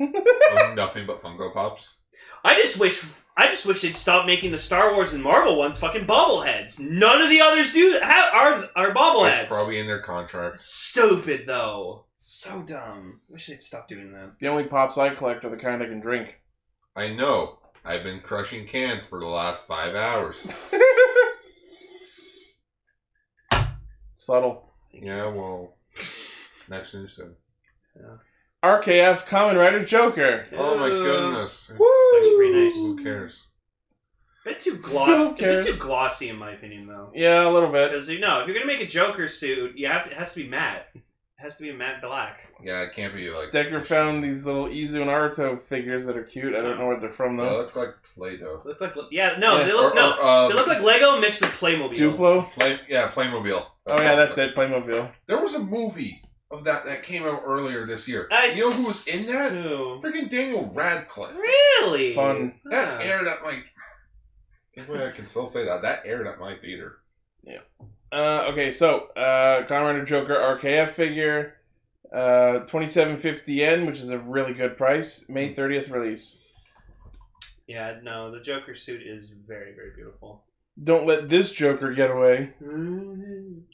of nothing but Funko Pops. I just wish. I just wish they'd stop making the Star Wars and Marvel ones fucking bobbleheads. None of the others do have are are bobbleheads. It's probably in their contract. Stupid though. So dumb. Wish they'd stop doing that. The only pops I collect are the kind I can [LAUGHS] drink. I know. I've been crushing cans for the last five hours. Subtle. yeah, well, next news then. RKF Common Rider Joker. Oh my Uh, goodness. It's actually pretty nice. Who cares? Bit too Who glossy. Bit cares? too glossy in my opinion though. Yeah, a little bit. Because you know, if you're gonna make a Joker suit, you have to. It has to be matte. It has to be matte black. Yeah, it can't be like. Decker found these little Izu and Naruto figures that are cute. I don't know where they're from They though. look like Play Doh. Look like yeah. No, Yeah. they look Or- no. or, uh, they look like Lego mixed with Playmobil. Duplo. Play, yeah, Playmobil. Oh yeah, that's it. Playmobil. There was a movie of that that came out earlier this year. I you know who was in that? knew. Freaking Daniel Radcliffe. Really Fun. That Huh. aired at my. Anyway, I can still say that. That aired at my theater. Uh, okay, so uh, Kamen Rider Joker RKF figure, uh, twenty seven fifty yen, which is a really good price. May thirtieth release. Yeah, no, the Joker suit is very, very beautiful. Don't let this Joker get away. Don't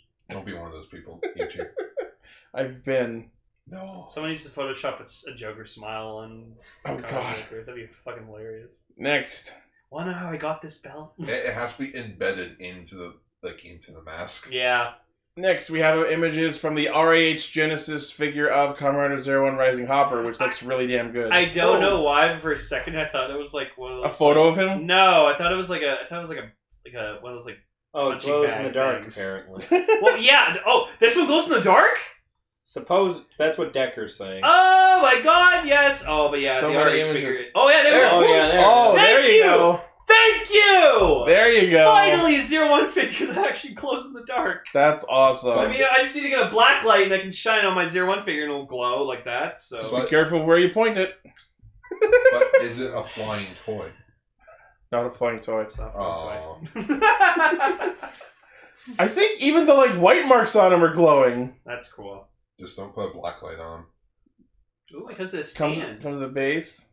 be one of those [LAUGHS] people. Eat you. I've been. No. Someone needs to Photoshop a, s- a Joker smile on. Oh, on God. Joker. That'd be fucking hilarious. Next, Wanna know how I got this belt? It, it has to be embedded into the like into the mask. yeah. next we have images from the RAH Genesis figure of Kamen Rider Zero One Rising Hopper, which looks really damn good. I don't know why, but for a second I thought it was like one of Oh. a those. photo of him. no, I thought it was like a. I thought it was like a. Like a one of those like. Oh, it Punching glows in the bag dark, [LAUGHS] things. apparently. Well, yeah. Oh, this one glows in the dark. Suppose that's what Decker's saying. Uh, Oh my God! Yes. Oh, but yeah. So the many RH images. figure- Oh yeah, they There- were. oh, full- yeah, there. Oh, Thank there you, you! go. Thank you. There you go. Finally, a zero one figure that actually glows in the dark. That's awesome. Oh. I mean, I just need to get a black light and I can shine on my zero one figure and it'll glow like that. So Be careful where you point it. But is it a flying toy? Not a flying toy. It's not fun, Oh, but- [LAUGHS] I think even the like white marks on him are glowing. that's cool. just don't put a black light on. Ooh, it comes with a Comes stand. comes to the base.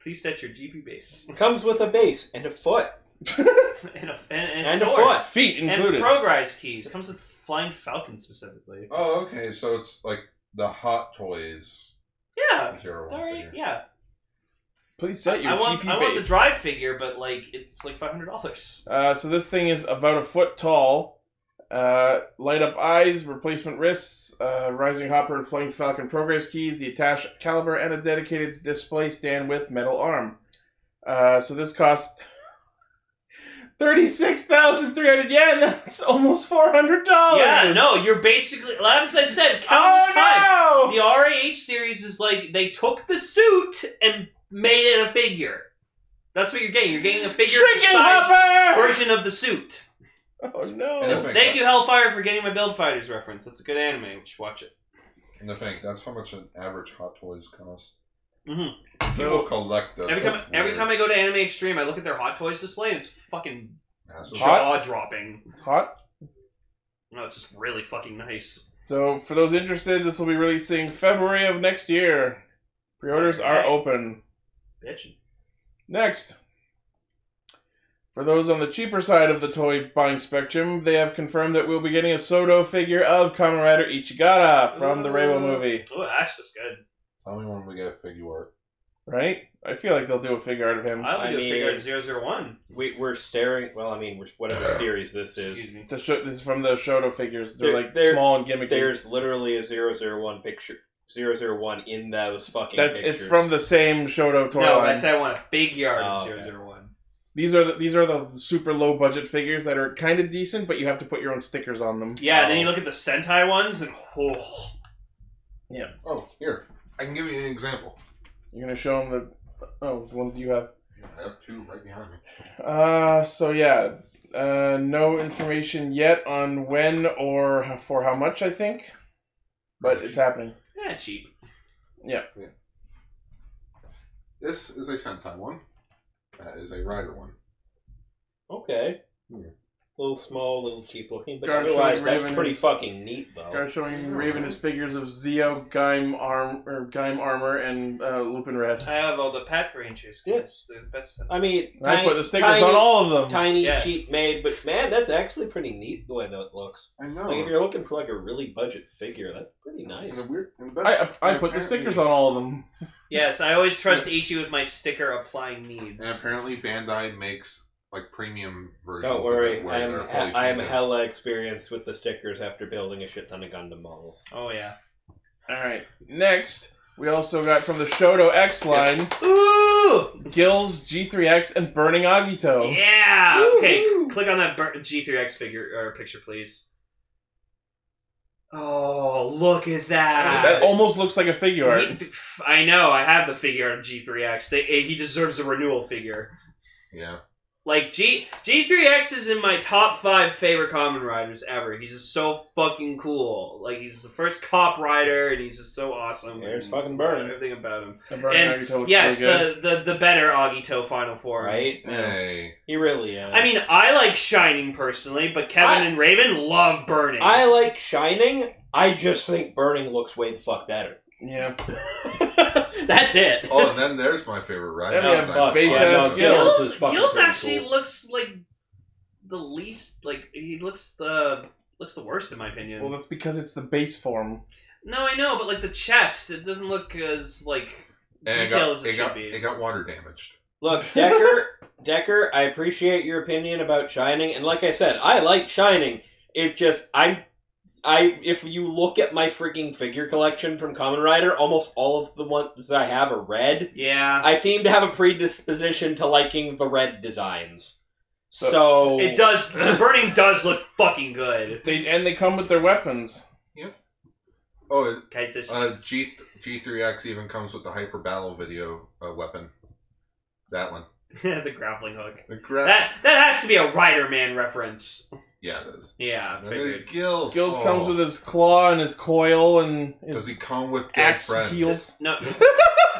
Please set your GP base [LAUGHS] Comes with a base and a foot and a and, and, and a door. foot. Feet and included. progrise keys. It comes with flying falcon specifically. Oh, okay. So it's like the hot toys. Yeah. Zero All one right. figure. Yeah. Please set your I want GP I want the base. drive figure, but like it's like five hundred dollars. Uh, so this thing is about a foot tall. Uh, light up eyes, replacement wrists, uh, rising hopper and flying falcon progress keys, the attached caliber, and a dedicated display stand with metal arm. Uh, so this cost [LAUGHS] thirty-six thousand three hundred yen. That's almost four hundred dollars. Yeah. No, you're basically. As I said, countless Oh times. no! The RAH series is like they took the suit and made it a figure. That's what you're getting. You're getting a figure Shrink it, sized hopper! version of the suit. [LAUGHS] Oh And I no! think Thank you, Hellfire, for getting my Build Fighters reference. That's a good anime. We should watch it. And the thing, that's how much an average Hot Toys costs. Mhm. People collect those. Every time, every time I go to Anime Extreme, I look at their Hot Toys display, and it's fucking Hot- jaw dropping. Hot No, Oh, it's just really fucking nice. So, for those interested, this will be releasing February of next year. Pre orders are Okay. open. Bitch. Next. For those on the cheaper side of the toy buying spectrum, they have confirmed that we'll be getting a Soto figure of Kamen Rider Ichigata from the Rainbow movie. Oh, Ash looks good. Tell me when we get a figure art. Right? I feel like they'll do a figure out of him I would I do a mean- figure out of 001. We, we're staring. Well, I mean, we're, [SIGHS] whatever series this is, Excuse me. The sho- this is from the Shoto figures. They're, There- like there- small and gimmicky. there's literally a 001 picture. 001 in those fucking That's pictures. it's from the same Shoto toy No, I line. said I want a big yard of Oh, okay. 001. These are the, these are the super low budget figures that are kind of decent, but you have to put your own stickers on them. Um, Yeah, then you Oh. look at the Sentai ones, and oh, Oh, here. I can give you an example. You're gonna show them the oh the ones you have. I have two right behind me. Uh, so yeah, uh, no information yet on when or h- for how much I think, but it's happening. yeah, cheap. This is a Sentai one. That is a Rider one. Okay. Little small, little cheap looking, but Garfield otherwise that's Raven pretty is- fucking neat Oh. though. Guys showing Raven his figures of Zeo, Gaim arm or Gaim armor, and uh, Lupin Red. I have all the Pat Rangers. Yeah. Yes, they're the best. I mean, I tiny- put the stickers tiny, on all of them. tiny, Yes. cheap made, but man, that's actually pretty neat the way that looks. I Like if know. you're looking for like a really budget figure, that's pretty And nice. the weird, and the I, best, I put the stickers on all of them. Yes, I always trust Ichi with my sticker applying And needs. apparently Bandai makes like premium versions. Don't Of it worry, where I am they're he- fully I am painted. hella experienced with the stickers after building a shit ton of Gundam models. Oh yeah. All right. Next, we also got from the Shoto X line Ooh! Gills G3X and Burning Agito. Yeah. Okay, Woohoo! click on that G three X figure or picture, please. Oh, look at that! That almost looks like a figure art. He- pff, I know. I have the figure of G3X. They, eh, he deserves a renewal figure. Yeah. Like G G3X is in my top five favorite common riders ever. He's just so fucking cool. Like he's the first cop rider, and he's just so awesome. There's and fucking Burn. Everything about him. And Burning And, Agito looks yes, really good. the, the the better Agito Final Four. Right? Hey. He really is. I mean, I like Shining personally, but Kevin I- and Raven love Burning. I like Shining. I just think Burning looks way the fuck better. [LAUGHS] yeah. That's it. Oh, and then there's my favorite Rider. Then we have Sentai. fuck, base yeah, ass Gills. no, is Gills, fucking Gills pretty actually cool. looks like the least like he looks the looks the worst in my opinion. Well, that's because it's the base form. no, I know, but like the chest, it doesn't look as like And it detail as got, it it, should got, be. it got water damaged. Look, Decker, [LAUGHS] Decker, I appreciate your opinion about Shining, and like I said, I like Shining. It's just I'm, I if you look at my freaking figure collection from Common Rider, almost all of the ones I have are red. yeah. I seem to have a predisposition to liking the red designs. But- So It does. The burning does look fucking good. They and they come with their weapons. Oh, Okay, it's just- uh, G G3X even comes with the Hyper Battle video uh, weapon. That one. [LAUGHS] the grappling hook. The gra- That that has to be a Rider Man reference. yeah, it is. Yeah, And then there's figured. Gills. Gills Oh. comes with his claw and his coil and Does his he come with dead axe friends? heels. no.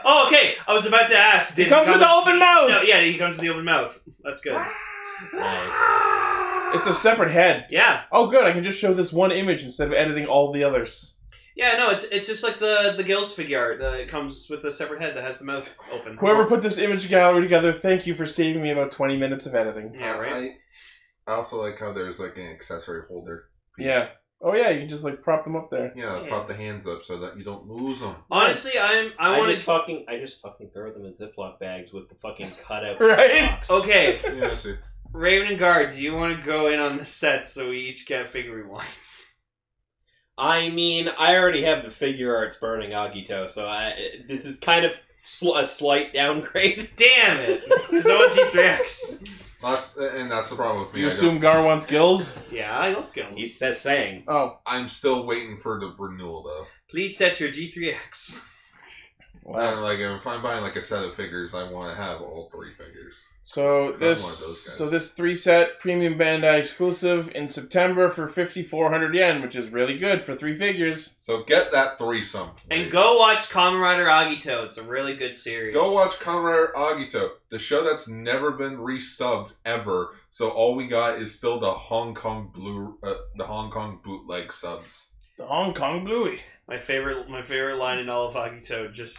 oh, okay. I was about to ask. He did comes with the open mouth. No, yeah, he comes with the open mouth. That's good. It's a separate head. yeah. Oh, good. I can just show this one image instead of editing all the others. Yeah, no, it's it's just like the the Gills figure art. Uh, it comes with a separate head that has the mouth open. Whoever put this image gallery together, thank you for saving me about 20 minutes of editing. yeah, right. I, I also like how there's like an accessory holder. Yeah. Oh yeah, you can just like prop them up there. Yeah, Yeah. prop the hands up so that you don't lose them. Honestly, I'm I, I, want just to. fucking I just fucking throw them in Ziploc bags with the fucking cutout Right? box. Okay, Yeah, I see. Raven and Guard, do you want to go in on the set so we each get a figure we want? [LAUGHS] I mean, I already have the figure arts burning Agito, so I this is kind of sl- a slight downgrade. [LAUGHS] Damn it! It's on G3X. That's and that's the problem with me. You I assume Gar wants gills? [LAUGHS] Yeah, I love Gills. He says saying. Oh. am still waiting for the renewal though. Please set your G3X. Uh. And, like if I'm buying like a set of figures, I want to have all three figures. So Not this one of those guys. so this three set premium Bandai exclusive in September for 5400 yen, which is really good for three figures. So get that threesome And go watch Kamen Rider Agito. It's a really good series. Go watch Conrad Agito, the show that's never been restubbed ever. So all we got is still the Hong Kong blue, uh, the Hong Kong bootleg subs. The Hong Kong Bluey. My favorite, my favorite line in all of Agito. Just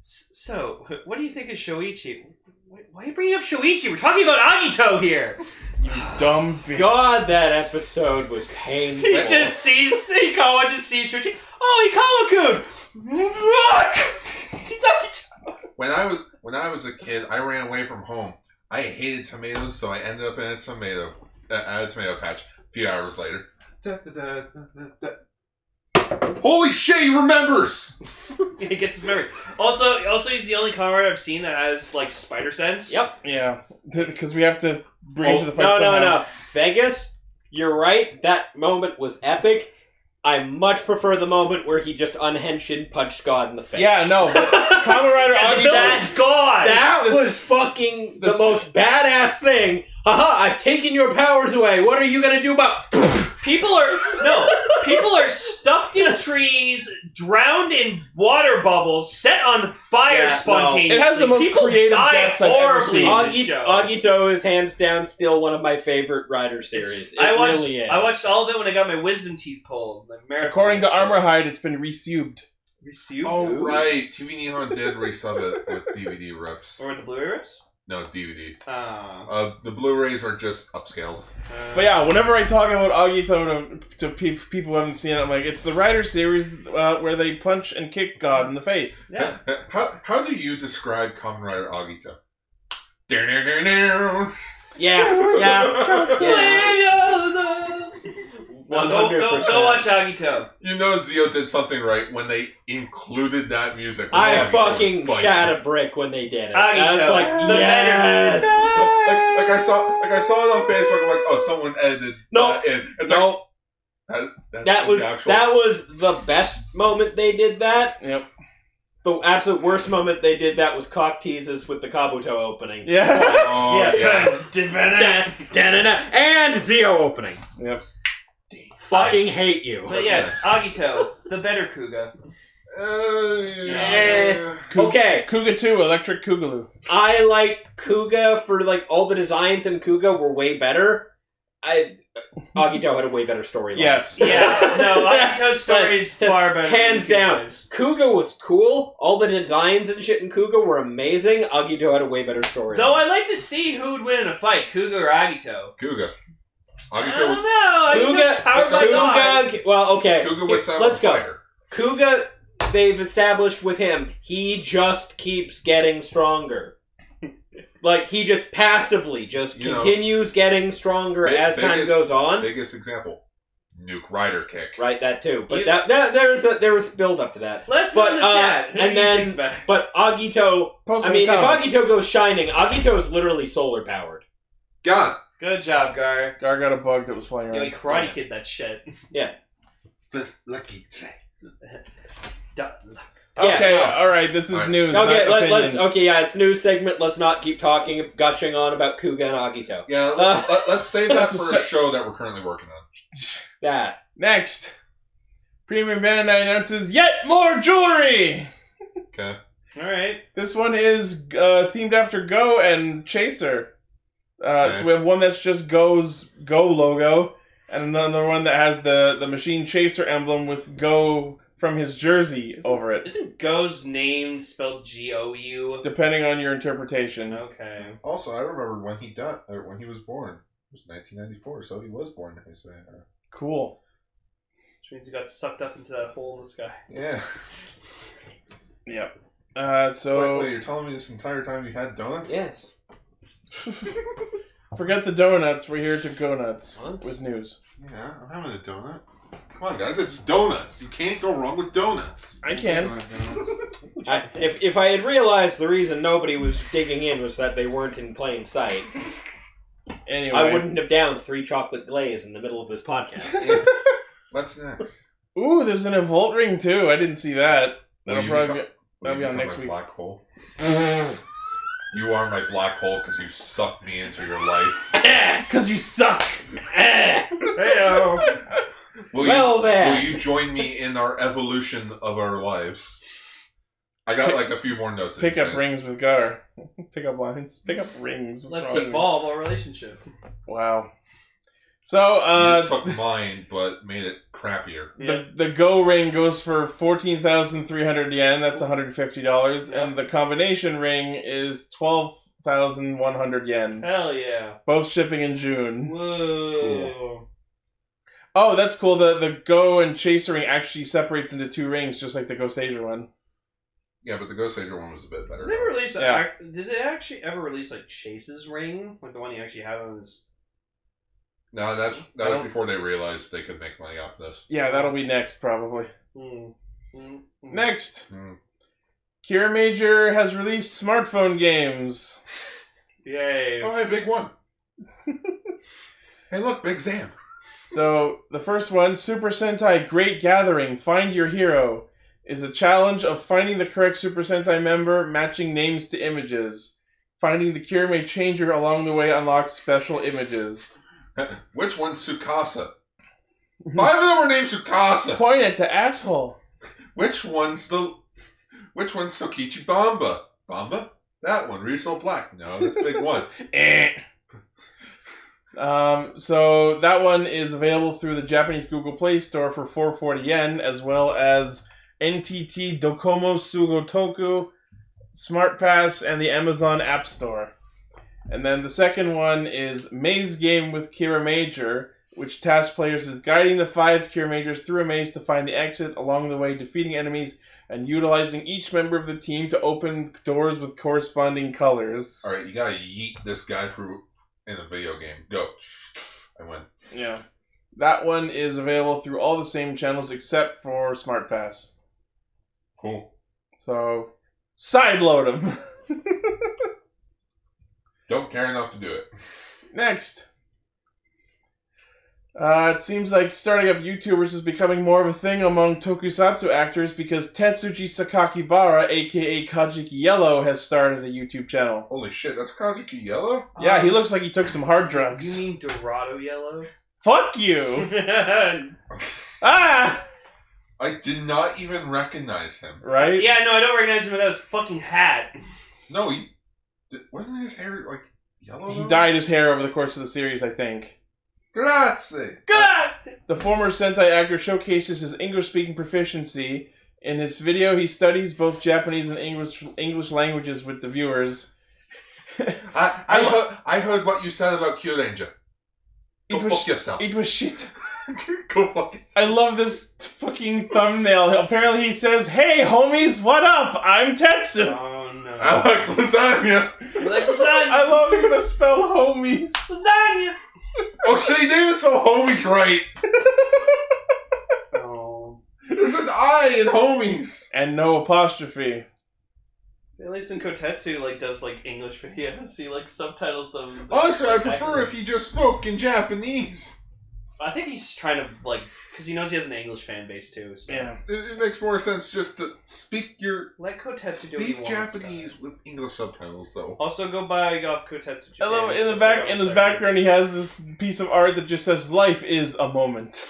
"S- so, what do you think of Shoichi? Why, why are you bringing up Shoichi? We're talking about Agito [LAUGHS] here. You dumb bitch. God, that episode was painful. He just sees Ikawa, just sees Shoichi. Oh, Ikawa-kun, look, he's Agito. When I was when I was a kid, I ran away from home. I hated tomatoes, so I ended up in a tomato uh, at a tomato patch. A few hours later, Da, da, da, da, da, da. Holy shit, he remembers! [LAUGHS] He gets his memory. Also, also he's the only comrade I've seen that has like spider sense. Yep. Yeah, because we have to bring Oh, him to the fight. no, no, somehow. no. Vegas, you're right. That moment was epic. I much prefer the moment where he just unhinged and punched God in the face. Yeah, no. but [LAUGHS] Kamen Rider And the Agi- villain's gone. That was fucking the this- most badass thing. Haha, I've taken your powers away. What are you gonna do about People are no. People are stuffed [LAUGHS] in trees, drowned in water bubbles, set on fire Yeah, no. spontaneously. It has the most people creative die deaths I've ever horribly seen. in this Agi- show. Agito is hands down still one of my favorite Rider It's- series. It I watched. really is. I watched all of it when I got my wisdom teeth pulled. like American According to Ninja. Armorhide, it's been resubed. Received? Oh, right. TV Nihon did resub it with DVD reps. Or with the Blu-ray rips? No, DVD. Oh. Uh, the Blu-rays are just upscales. Uh, But yeah, whenever I talk about Agito to, to pe- people who haven't seen it, I'm like, it's the Rider series uh, where they punch and kick God in the face. yeah. [LAUGHS] How how do you describe Kamen Rider Agito? Dun-dun-dun-dun. yeah, yeah. [LAUGHS] [LAUGHS] Yeah. Well, go, go, 100%. go watch Agito. You know Zio did something right when they included that music. when I Agito was fucking fighting. shat a brick when they did it. I was Agito, like, the yes. better Like, like I saw, like I saw it on Facebook. I'm like, oh, someone edited. No. that in. it's like, No, that's that the was actual- that was the best moment they did that. Yep. The absolute worst moment they did that was cock teases with the Kabuto opening. Yeah. [LAUGHS] Oh, yeah. yeah. Da- da-da-da. and Zio opening. Yep. Fucking hate you. But yes, Agito, the better Kuga. [LAUGHS] Uh, Yeah. Okay, Kuga 2, Electric Kugaloo. I like Kuga for like all the designs in Kuga were way better. I Agito had a way better storyline. Yes. Yeah, [LAUGHS] no, Agito's story is But- far better. than hands down. Kuga's. Kuga was cool. All the designs and shit in Kuga were amazing. Agito had a way better story. Though I'd like to see who would win in a fight, Kuga or Agito. Kuga. I Agito don't was, know. Agito's Kuga, powered by God. Kuga, well, okay. Kuga went out Let's on go. fire. Kuga, they've established with him, he just keeps getting stronger. like he just passively just You know, continues getting stronger big- as time biggest- goes on. Biggest example, Nuke Rider kick. Right, that too. But You- that, that there was a there was build up to that. Let's But, go to the uh, chat. Who do and you then- think's better? But Agito, Post I some mean, if comments. Agito goes shining, Agito is literally solar powered. God, Good job, Gar. Gar got a bug that was flying You around. know, he karate kid that shit. this lucky J. Duh. Yeah, okay, no. all right, this is All right. news. Okay, not let, let's. opinions. Okay, yeah, it's news segment. Let's not keep talking, gushing on about Kuga and Agito. Yeah, Uh, let, let, us save that that's a for a se- show that we're currently working on. [LAUGHS] That Next, Premium Bandai announces yet more jewelry. Okay. All right. This one is uh, themed after Go and Chaser. Uh, Okay. So we have one that's just Go's Go logo, and another one that has the the machine Chaser emblem with Go from his jersey Isn't- over it. Isn't Go's name spelled G O U? Depending on your interpretation. Okay. Also, I remember when he died, or when he was born. It was 1994, so he was born. I say. Cool. Which means he got sucked up into that hole in the sky. Yeah. Yep. Uh, so wait, wait, you're telling me this entire time you had donuts? yes. forget the donuts. We're here to go nuts What? with news. Yeah, I'm having a donut. Come on, guys, it's donuts. You can't go wrong with donuts. I can. Donuts. I, if if I had realized the reason nobody was digging in was that they weren't in plain sight, Anyway, I wouldn't have downed three chocolate glaze in the middle of [LAUGHS] this podcast. Yeah. What's next? Ooh, there's an Evolt ring too. I didn't see that. Will That'll you probably. become- be- [LAUGHS] Will That'll you be on become next my week. Black hole. [LAUGHS] You are my black hole because you sucked me into your life. [LAUGHS] [LAUGHS] Cause you suck. Eh. Heyo. Will you- well Will then, you join me in our evolution of our lives? I got like a few more notes. that Pick you up guys- rings with Gar. [LAUGHS] Pick up lines. Pick up rings. What's Let's wrong? evolve our relationship. Wow. So You just uh, took mine, but made it crappier. Yeah. the the Go ring goes for fourteen thousand three hundred yen. That's one hundred fifty dollars, Yeah. and the combination ring is twelve thousand one hundred yen. Hell yeah. Both shipping in June. Whoa. Oh, that's cool. The the Go and Chaser ring actually separates into two rings, just like the Go Sager one. Yeah, but the Ghost Sager one was a bit better. Did they ever release? a- Yeah. did they actually ever release like Chase's ring, like the one he actually had on his? No, that's I that was don't- before they realized they could make money off this. Yeah, that'll be next probably. Mm. Mm. Mm. Next, Hmm. Kira Major has released smartphone games. Yay. Oh, hey, big one. hey, look, Big Zam. So the first one, Super Sentai Great Gathering, Find Your Hero, is a challenge of finding the correct Super Sentai member, matching names to images. Finding the Kirame changer along the way unlocks special images. Which one's Sukasa? Five of them are named Sukasa. Point at the asshole. Which one's the? Which one's Sokichi Bamba? Bamba? That one. Riso Black. No, that's big one. Eh. um, so that one is available through the Japanese Google Play Store for 440 yen, as well as NTT Docomo Sugotoku, Smart Pass, and the Amazon App Store. And then the second one is Maze Game with Kira Major, which tasks players with guiding the five Kira Majors through a maze to find the exit, along the way defeating enemies and utilizing each member of the team to open doors with corresponding colors. All right, you gotta yeet this guy through in a video game. Go. I win. Yeah. That one is available through all the same channels except for Smart Pass. Cool. So sideload them. Don't care enough to do it. [LAUGHS] Next. Uh, it seems like starting up YouTubers is becoming more of a thing among tokusatsu actors because Tetsuji Sakakibara, aka Kajiki Yellow, has started a YouTube channel. Holy shit, that's Kazuki Yellow. Yeah, he Um, looks like he took some hard You drugs. mean Dorado [LAUGHS] yellow? Fuck you! [LAUGHS] yeah, ah! I did not even recognize him. Right? no, I don't recognize him without his fucking hat. No, he did, wasn't his hair like yellow. He though? dyed his hair over the course of the series, I think. Grazie. [LAUGHS] God. The former Sentai actor showcases his English-speaking proficiency. In this video, he studies both Japanese and English English languages with the viewers. I I, heard, I heard what you said about Q Ranger. Go It was- fuck yourself. It was shit. Go fuck yourself. I love this fucking thumbnail. Apparently, he says, "Hey, homies, what up? I'm Tetsu." Oh no. I like lasagna. We're like [LAUGHS] lasagna. I love even the spell homies. Lasagna. Oh, Shane Davis spelled homies right. Oh. There's an I in homies. And no apostrophe. See, at least when Kotetsu like does like English [LAUGHS] videos, he like subtitles them. Also, I prefer if he just spoke in Japanese. I think he's trying to like because he knows he has an English fan base too. So. It just makes more sense just to speak your Let Kotetsu do what he speak wants. Japanese guys. with English subtitles, though. Also, go buy off Kotetsu. Japan. Hello. In the That's back, what I in was the saying. background, he has this piece of art that just says, "Life is a moment."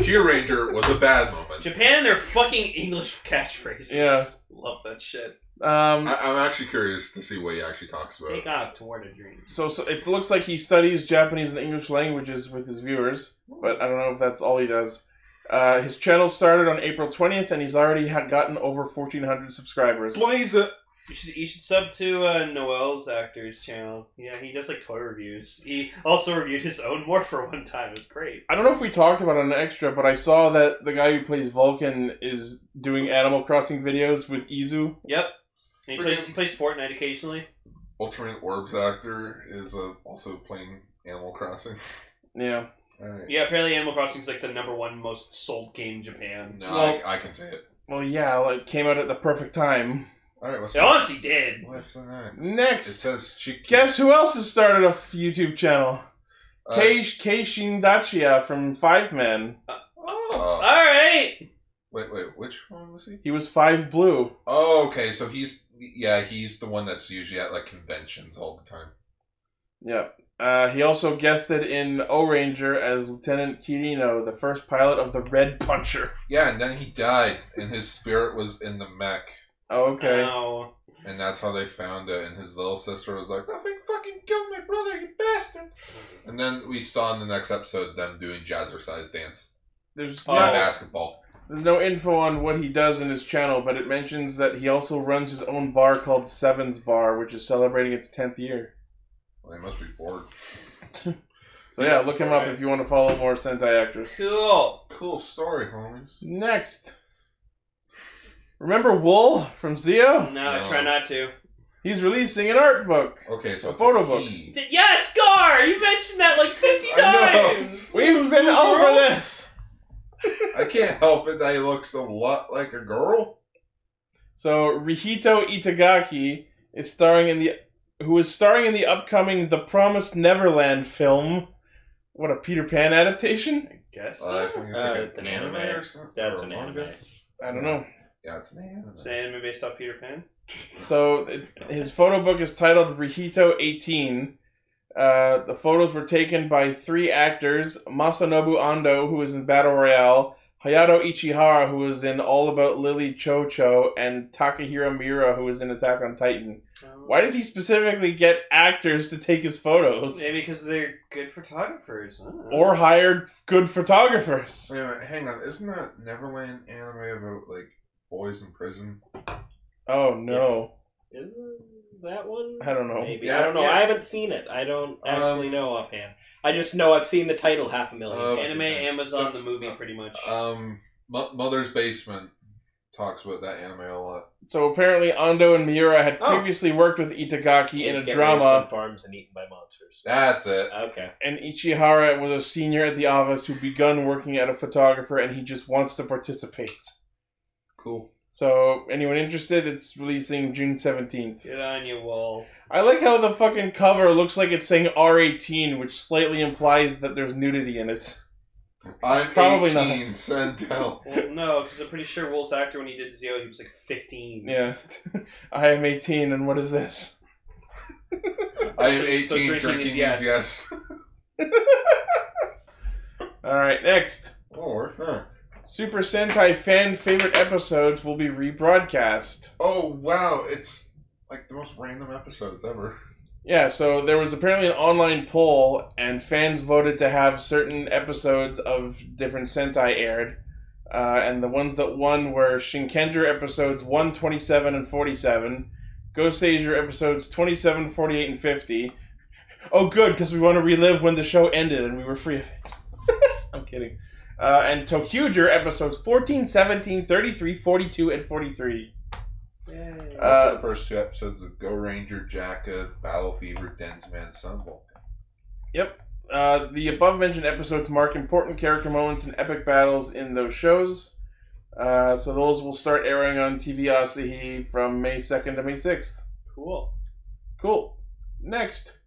Q Ranger was a bad moment. Japan and their fucking English [LAUGHS] catchphrases. Yeah. Love that shit. Um, I, I'm actually curious to see what he actually talks about. Take off toward a dream. So, so it looks like he studies Japanese and English languages with his viewers, but I don't know if that's all he does. Uh, his channel started on April 20th, and he's already had gotten over 1,400 subscribers. Blaze it. You should you should sub to uh, Noel's actors channel. Yeah, he does like toy reviews. He also reviewed his own Morpher one time. It's great. I don't know if we talked about it on extra, but I saw that the guy who plays Vulcan is doing Animal Crossing videos with Izu. Yep. And he Pretty- plays he plays Fortnite occasionally. Ultraman Orbs actor is uh, also playing Animal Crossing. Yeah. All right. Yeah, apparently Animal Crossing is like the number one most sold game in Japan. No, Well- I, I can say it. Well, yeah, like came out at the perfect time. All right, what's It honestly did. What's the name? It Next, says Chiki. guess who else has started a f- YouTube channel? Uh, Kei, Kei Shindachia from Five Men. oh. All right. Wait, wait, which one was he? He was Five Blue. Oh, okay, so he's yeah, he's the one that's usually at like conventions all the time. Yep. Uh, he also guested in O Ranger as Lieutenant Kirino, the first pilot of the Red Puncher. Yeah, and then he died, and his spirit was in the mech, Oh, okay. Ow. and that's how they found it. And his little sister was like, "Nothing fucking killed my brother, you bastard!" And then we saw in the next episode them doing jazzercise dance There's Oh. and no, basketball. there's no info on what he does in his channel, but it mentions that he also runs his own bar called Sevens Bar, which is celebrating its 10th year. Well, they must be bored. So yeah, look him up if you want to follow more Sentai actors. Cool. Cool story, homies. Next. Remember Wool from No, Zio? I try No. not to. He's releasing an art book. Okay, so A it's photo book. he. Yeah, Scar. You mentioned that like fifty [LAUGHS] I know. times. We've been over this. I can't help it that he looks a lot like a girl. So Rihito Itagaki is starring in the who is starring in the upcoming The Promised Neverland film. What a Peter Pan adaptation? guess. Uh, I think it's Uh, like it's an, an anime, anime. or something. That's or a an manga. anime. I don't know. Yeah, it's an anime. It's an anime based off Peter Pan. So it's, his photo book is titled Rihito 18. Uh, the photos were taken by three actors: Masanobu Ando, who is in Battle Royale, Hayato Ichihara, who is in All About Lily Cho Cho, and Takahiro Miura, who is in Attack on Titan. Why did he specifically get actors to take his photos, Um, Maybe because they're good photographers. I don't know. or hired good photographers? Wait a minute, hang on. Isn't that Neverland anime about like boys in prison? Oh no, Is that one? I don't know. Maybe Yeah, I don't know. yeah. Um, I haven't seen it. I don't actually know offhand. I just know I've seen the title half a million. Uh, times. anime, Amazon, the movie, pretty much. Um, Mo- Mother's Basement talks about that anime a lot. So apparently, Ando and Miura had Oh. previously worked with Itagaki in Kids a get drama. raised on farms and eaten by monsters. That's it. Okay. and Ichihara was a senior at the office who begun working at a photographer and he just wants to participate. Cool. So, anyone interested, it's releasing June 17th. Get on your wall. I like how the fucking cover looks like it's saying R18, which slightly implies that there's nudity in it. I'm Probably not. 18, send help. Well, no, because I'm pretty sure Wolf's actor when he did Zio, he was like 15. Yeah. [LAUGHS] I am 18, and what is this? I am 18, So drinking drinking, is is yes. yes. Alright, next. Or, huh. Super Sentai fan favorite episodes will be rebroadcast. Oh, wow. It's like the most random episodes ever. Yeah, so there was apparently an online poll, and fans voted to have certain episodes of different Sentai aired. Uh, and the ones that won were Shinkenger episodes 1, 27, and 47, Ghost Asia episodes 27, 48, and 50. Oh, good, because we want to relive when the show ended and we were free of it. [LAUGHS] I'm kidding. Uh, and Tokyuger episodes 14, 17, 33, 42, and 43. Yay. Uh, Also, the first two episodes of Go Ranger, Jacka, Battle Fever, Densman, Sunwolf. Uh, the above mentioned episodes mark important character moments and epic battles in those shows. Uh, so those will start airing on TV Asahi from May 2nd to May 6th. cool. Cool. Next.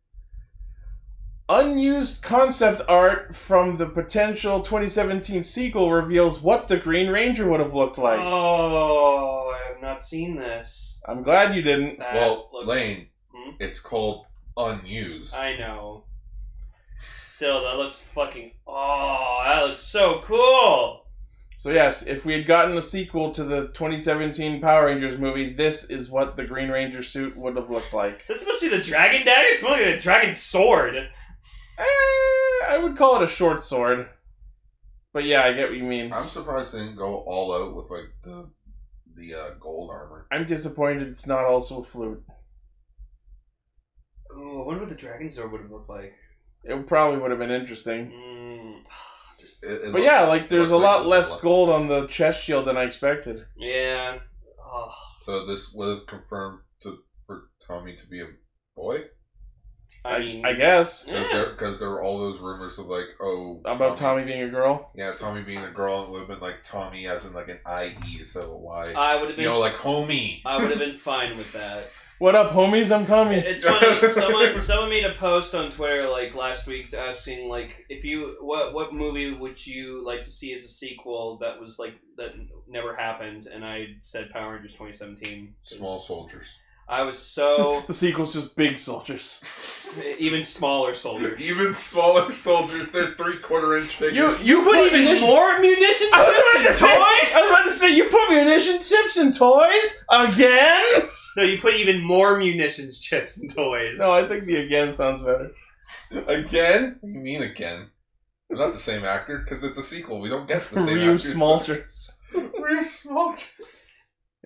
Unused concept art from the potential 2017 sequel reveals what the Green Ranger would have looked like. Uh. oh, I have not seen this. I'm glad you didn't. That Well, Uh, looks- Lane, Hmm? it's called Unused. I know. Still, that looks fucking. Oh, that looks so cool. So, yes, if we had gotten a sequel to the 2017 Power Rangers movie, this is what the Green Ranger suit would have looked like. Is this supposed to be the dragon dagger? It's more like a dragon sword. Eh, I would call it a short sword. But yeah, I get what you mean. I'm surprised they didn't go all out with like the the uh, gold armor. I'm disappointed it's not also a flute. Ooh, I wonder what the dragon sword would have looked like. It probably would have been interesting. Mm. Just it, it But looks- yeah, like there's looks a lot just less luck. gold on the chest shield than I expected. Yeah. Oh, So this would have confirmed to for Tommy to be a boy I mean, I guess. because Yeah. there because there were all those rumors of like oh About Tommy being a girl. yeah Tommy being a girl and it would have been like Tommy as in like an I E so why I would have you been. know like homie I would have been fine with [LAUGHS] that. What up, homies? I'm Tommy. It's [LAUGHS] funny. Someone someone made a post on Twitter like last week asking like if you what what movie would you like to see as a sequel that was like that never happened, and I said Power Rangers 2017. small soldiers I was so The sequel's just big soldiers. even smaller soldiers. [LAUGHS] [LAUGHS] even smaller soldiers they're three quarter inch figures You you put, put even munition- more munitions. I was about in to say. I was toys? about to say you put munition chips in toys again. No, you put even more munitions, chips, and toys. No, I think the again sounds better. Again? What do you mean again? They're not the same actor because it's a sequel. We don't get the same Ryu actors. Smolters. Ryu Smolters.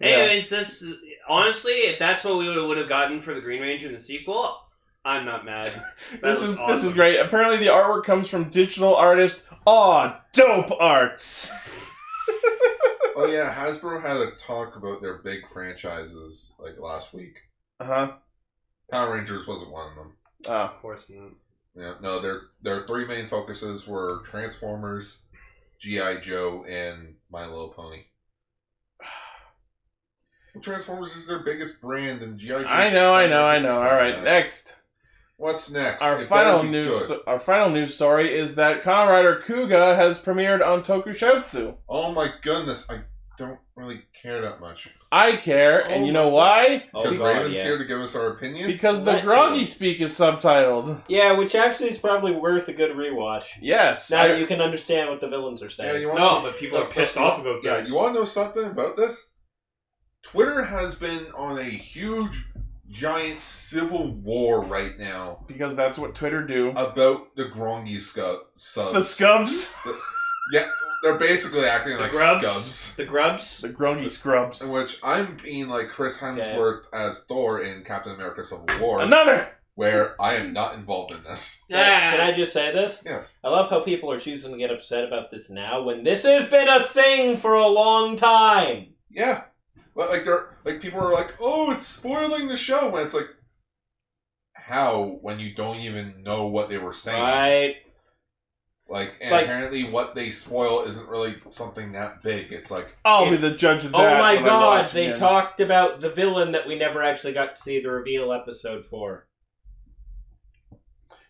Yeah. Anyways, this honestly, if that's what we would have gotten for the Green Ranger in the sequel, I'm not mad. That This was is this awesome. is great. Apparently, the artwork comes from digital artist Aw Dope Arts. Oh yeah, Hasbro had a talk about their big franchises like last week. Uh huh. Power Rangers wasn't one of them. Oh. Of course not. Yeah, no, their their three main focuses were Transformers, GI Joe and My Little Pony. [SIGHS] Transformers is their biggest brand, and GI Joe. I know, I know, I know. All right, next. What's next? Our It final better be news. good. Sto- our final news story is that Kamen Rider Kuga has premiered on Tokusatsu. oh my goodness, I don't really care that much I care, Oh and you my know why? Oh, because God, Raven's yeah. here to give us our opinion. Because the What? groggy speak is subtitled. Yeah, which actually is probably worth a good rewatch. Yes. Now I- you can understand what the villains are saying. yeah, you want No, but people are pissed off about Yeah, this. you want to know something about this? Twitter has been on a huge, giant civil war right now because that's what Twitter do. Uh, about the Grongi scu- It's the subs. scubs. They're basically acting the like grubs, scubs. the grubs. The groggy scrubs. In which I'm being like Chris Hemsworth as Thor in Captain America Civil War, Another! where I am not involved in this. Can I- can I just say this? Yes. I love how people are choosing to get upset about this now when this has been a thing for a long time. Yeah. But like they're like people are like, oh, it's spoiling the show when it's like how when you don't even know what they were saying. Right? Like, and Like- apparently what they spoil isn't really something that big. It's like, I'll It's- be the judge of that. Oh my when I watch god, they again. talked about the villain that we never actually got to see the reveal episode for.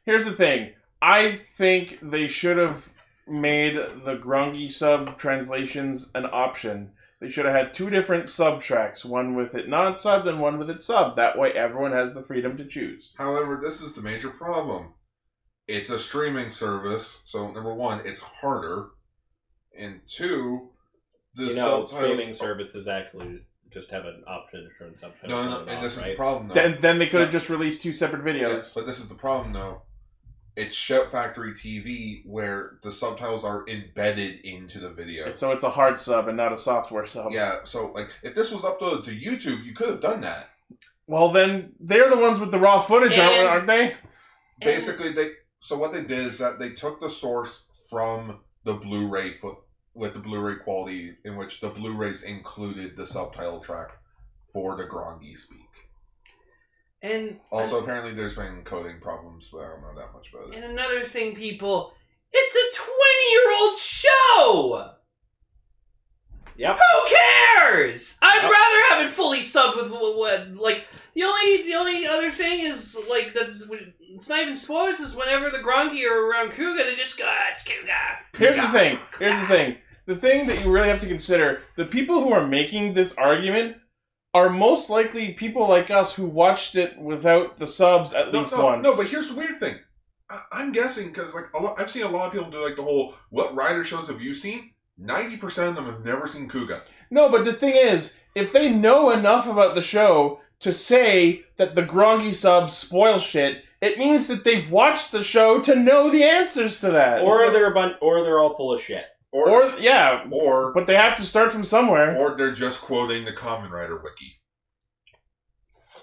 Here's the thing. I think they should have made the grungy sub translations an option. They should have had two different sub tracks, one with it not subbed and one with it subbed. That way everyone has the freedom to choose. however, this is the major problem. It's a streaming service, so number one, it's harder, and two, the you know, subtitles. streaming services actually just have an option to turn subtitles no, no, on no, and this is right? the problem. Though. Then, then they could have Yeah. just released two separate Yes, videos. but this is the problem though. It's Shout Factory TV where the subtitles are embedded into the video. And So it's a hard sub and not a software sub. yeah, so like if this was uploaded to YouTube, you could have done that. Well, then they're the ones with the raw footage, And- aren't, aren't they? And- basically they so what they did is that they took the source from the blu-ray fo- with the blu-ray quality in which the blu-rays included the subtitle track for the grongi speak and also apparently there's been coding problems but i don't know that much about it and another thing, people, it's a twenty-year-old show. Yep. Who cares? I'd Yep. rather have it fully subbed with what, what like the only the only other thing is like that's it's not even spoilers is whenever the Gronki are around Kuga they just go "Ah, it's Kuga. Here's the Kuga, thing. Kuga." Here's the thing. The thing that you really have to consider the people who are making this argument are most likely people like us who watched it without the subs at no, least no, once. no but here's the weird thing I, i'm guessing because like a lot, i've seen a lot of people do like the whole what rider shows have you seen 90% of them have never seen kuga No, but the thing is, if they know enough about the show to say that the groggy subs spoil shit, it means that they've watched the show to know the answers to that. Or they're a bun- or they're all full of shit. or or yeah, or but they have to start from somewhere. or they're just quoting the common rider wiki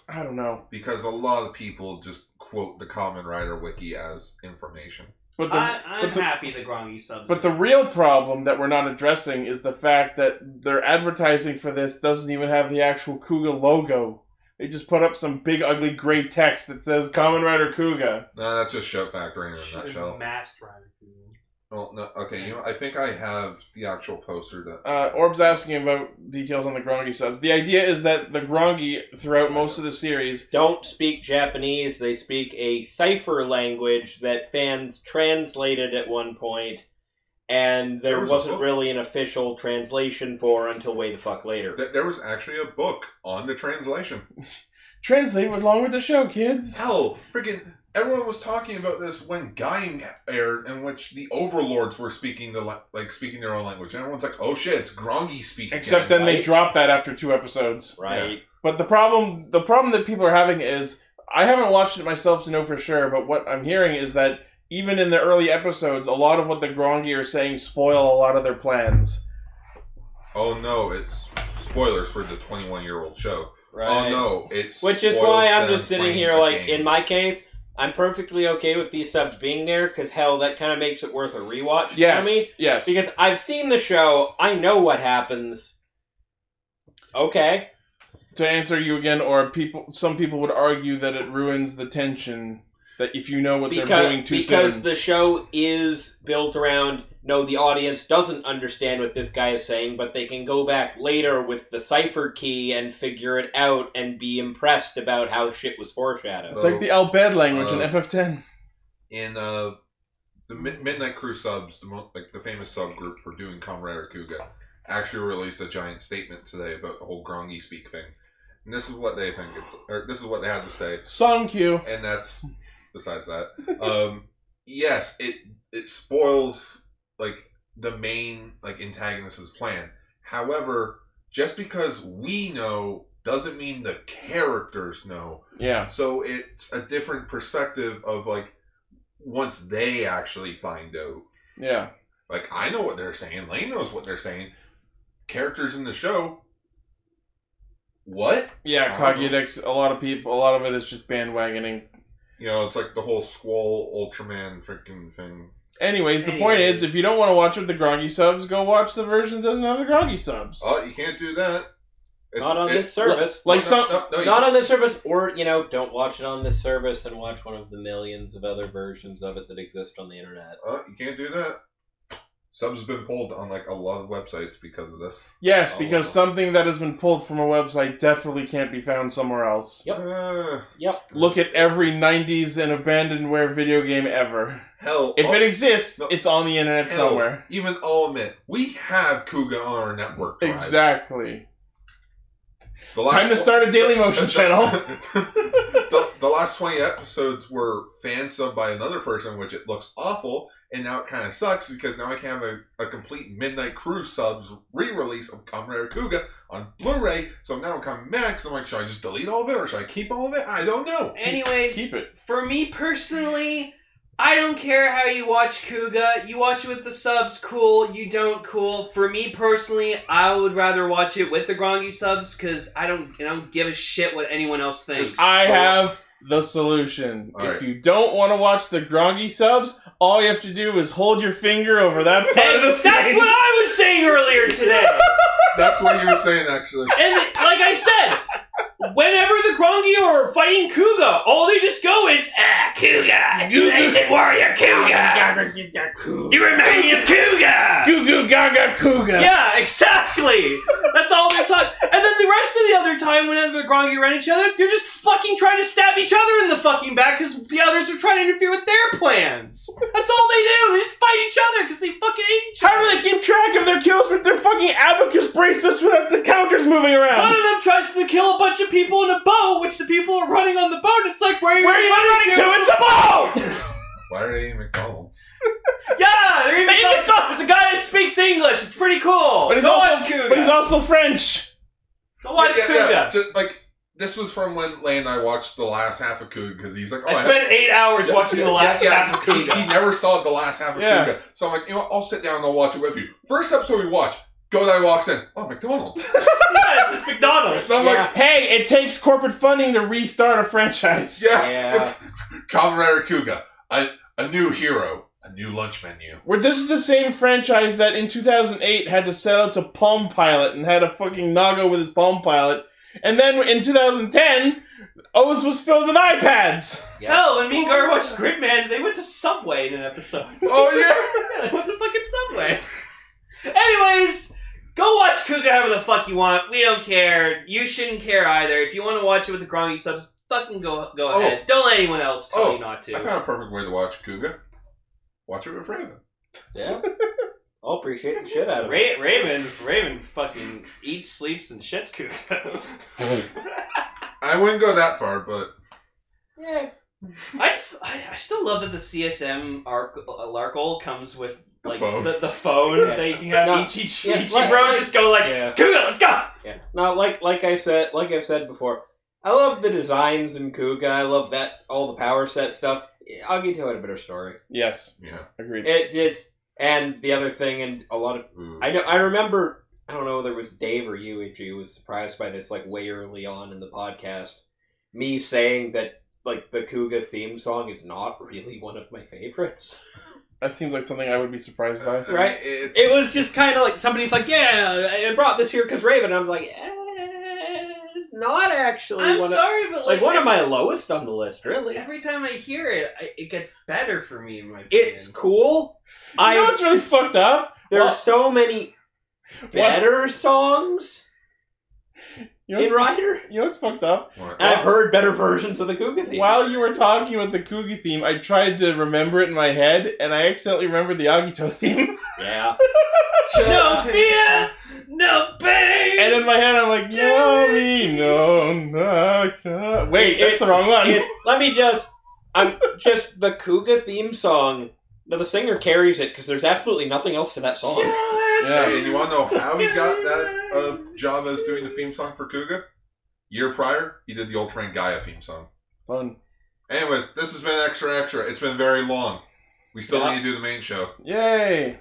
I don't know. because a lot of people just quote the common writer wiki as information But the, I, I'm but the- happy the Grongi subs. But the real problem that we're not addressing is the fact that their advertising for this doesn't even have the actual Kuga logo. They just put up some big, ugly gray text that says "Common Rider Kuga." no that's just show factory in a Should've nutshell masked Rider Kuga. well no okay you know i think i have the actual poster that Uh, Orb's asking about details on the Grongi subs. The idea is that the Grongi, throughout most of the series, Don't speak Japanese. They speak a cipher language that fans translated at one point, and there There was a wasn't book. really an official translation for until way the fuck later. th- there was actually a book on the translation translate along with the show, kids. hell freaking everyone was talking about this when Gaim aired in which the overlords were speaking the la- like speaking their own language and everyone's like oh shit it's grongi speaking Except then they right? dropped that after two episodes. Right? But the problem the problem that people are having is I haven't watched it myself to know for sure, but what I'm hearing is that even in the early episodes, a lot of what the Grongi are saying spoil a lot of their plans. oh no it's spoilers for the 21 year old show Right. oh no it's Which is why I'm them just sitting playing here, the like game. in my case, I'm perfectly okay with these subs being there because hell, that kind of makes it worth a rewatch Yes. for me. Yes. Because I've seen the show, I know what happens. Okay. to answer you again, or people some people would argue that it ruins the tension. that if you know what they're because, doing to because Seven- the show is built around no the audience doesn't understand what this guy is saying but they can go back later with the cipher key and figure it out and be impressed about how shit was foreshadowed it's like the Albed language Uh, in FF10. in uh, the Mid- Midnight Crew subs, the mo- like the famous subgroup for doing Comrade Kuga, actually released a giant statement today about the whole Grongi speak thing. And this is what they think it's, or this is what they had to say. Song cue. and that's besides that. Um, yes, it it spoils like the main like antagonist's plan. However, just because we know doesn't mean the characters know. Yeah. So it's a different perspective of like once they actually find out. Yeah. Like I know what they're saying. Lane knows what they're saying. Characters in the show. What? Oh. Yeah, Cognitex, a lot of people, a lot of it is just bandwagoning. You know, it's like the whole Squall Ultraman freaking thing. Anyways, the point Anyways. is, if you don't want to watch with the groggy subs, go watch the version that doesn't have the groggy subs. Oh, you can't do that. It's, not on it- this service like some, no, no, you- not on this service or you know don't watch it on this service and watch one of the millions of other versions of it that exist on the internet uh, you can't do that. Subs have been pulled on like a lot of websites because of this. yes, Oh, because wow. something that has been pulled from a website definitely can't be found somewhere else. Yep. Uh, Yep. Look at every '90s and abandonware video game ever. hell. oh. If I'll- it exists, No. it's on the internet Hell. somewhere. even I'll admit, we have Kuga on our network. Drive. Exactly. The Time to start a Daily [LAUGHS] Motion channel. the, the last twenty episodes were fan sub by another person, which it looks awful, and now it kind of sucks because now I can have a, a complete Midnight Crew subs re-release of Comrade Kuga on Blu-ray. So now I'm coming back. 'cause I'm like, should I just delete all of it or should I keep all of it? I don't know. Anyways, Keep it. for me personally, I don't care how you watch Kuga. You watch it with the subs, cool. You don't, cool. For me personally, I would rather watch it with the Grongi subs because I don't, I don't give a shit what anyone else thinks. Just- I have the solution. All if right. you don't want to watch the groggy subs, all you have to do is hold your finger over [LAUGHS] that part And of the that's screen. what I was saying earlier [LAUGHS] today. That's what you were saying, actually. And like I said, whenever the Grongi are fighting Kuga, all they just go is ah Kuga, You- ancient warrior Kuga. [LAUGHS] You remind me of Kuga. Goo goo gaga kuga. Yeah, exactly. That's all they're talking. And then the rest of the other time, whenever the Grongi ran each other, they're just fucking trying to stab each other in the fucking back because the others are trying to interfere with their plans. That's all they do. They just fight each other because they fucking hate each other. How do they keep track of their kills with their fucking abacus bracelets without the counters moving One around? of them tries to kill a bunch of people in a boat, which the people are running on the boat. It's like, where are you, Where are you running to? It's a ball! Why are they in McDonald's? Yeah, they're even They even it's, talk- it's a guy that speaks English. It's pretty cool. But he's, Go also, watch Kuga. but he's also French. Go watch Yeah, yeah, Kuga. yeah. Just, like this was from when Lane and I watched the last half of Kuga because he's like, oh, I spent eight hours watching the last Yeah, yeah. half of Kuga. He, he never saw the last half of Yeah. Kuga, so I'm like, you know, what? I'll sit down and I'll watch it with you. First episode we watch, Godai walks in. Oh, McDonald's. [LAUGHS] [LAUGHS] yeah, it's just McDonald's. So I'm like, Yeah. Hey, it takes corporate funding to restart a franchise. yeah, yeah Comrade Kuga, a, a new hero, a new lunch menu. Where this is the same franchise that in 2008 had to set out to Palm Pilot and had a fucking Nago with his Palm Pilot. And then in 2010, O's was filled with iPads. [LAUGHS] Hell, when me and Oh. Gar watched Gridman, they went to Subway in an episode. [LAUGHS] Oh yeah. yeah, [LAUGHS] they went to fucking Subway. Anyways, go watch Kuga however the fuck you want. We don't care. You shouldn't care either. If you want to watch it with the Grongi subs, fucking go go Oh. ahead. Don't let anyone else tell Oh, you not I to. found a perfect way to watch Kuga. Watch it with Raven. yeah I'll appreciate the shit out of it Ra- Raven, Raven fucking eats, sleeps, and shits Kuga. [LAUGHS] I wouldn't go that far, but yeah I just, I, I still love that the CSM arc, uh, Larkle comes with The like phone. the, the phone Yeah. that you can have No. Ichi, Yeah, Ichibro like- just go like, yeah Google, let's go. Yeah. Now, like like I said, like I've said before, I love the designs in Kuga. I love that all the power set stuff. I'll get to it a better story. Yes, yeah. agreed. It's just and the other thing, and a lot of Ooh. I know I remember I don't know whether it was Dave or you, Ichi, was surprised by this like way early on in the podcast. Me saying that like the Kuga theme song is not really one of my favorites. That seems like something I would be surprised I by. mean, Right. It's, It was just kind of like somebody's like, "Yeah, I brought this here because Raven." I was like, eh, not actually I'm one of sorry, but like, like, one of every, my lowest on the list, really. every time I hear it, I, it gets better for me in my opinion. It's cool. I, you know I what's really fucked up? there Well- are so many better songs You know in what's, Rider. you know what's fucked up? What? And I've heard better versions of the Kuga theme. While you were talking about the Kugi theme, I tried to remember it in my head, and I accidentally remembered the Agito [LAUGHS] theme. Yeah. no fear, [LAUGHS] no pain. And in my head, I'm like, no, me, no, no, no. Wait, that's the wrong one. It- let me just. I'm just the Kuga theme song. No, the singer carries it because there's absolutely nothing else to that song. [LAUGHS] Yeah. Hey, and you want to know how he got that uh, job as doing the theme song for Kuga? Year prior, he did the Old Train Gaia theme song. Fun. Anyways, this has been extra extra. It's been very long. We still Yeah. need to do the main show. Yay.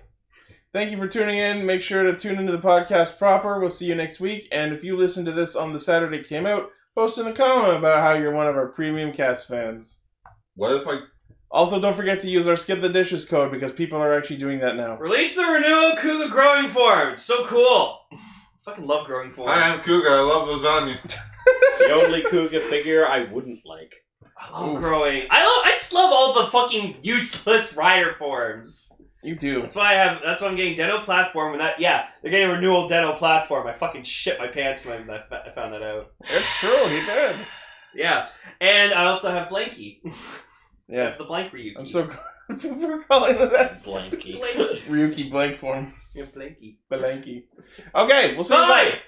Thank you for tuning in. Make sure to tune into the podcast proper. We'll see you next week. And if you listen to this on the Saturday it came out, post in a comment about how you're one of our premium cast fans. What if I? Also, don't forget to use our Skip the Dishes code because people are actually doing that [LAUGHS] now. Release the renewal Cougar growing form. It's so cool. Fucking love growing form. Hi, I'm Kuga. I love lasagna. the only Kuga figure I wouldn't like. I love growing. I love. I just love all the fucking useless rider forms. You do. That's why I have. That's why I'm getting Deno platform. And that yeah, they're getting renewal Deno platform. I fucking shit my pants when I I found that out. It's true, he did. Yeah, and I also have Blanky. [LAUGHS] Yeah. the blank Ryuki. I'm so [LAUGHS] glad we're calling it that. Blanky. Blanky. Ryuki blank form. Yeah, Blanky. Blanky. Okay, we'll see you Bye. later.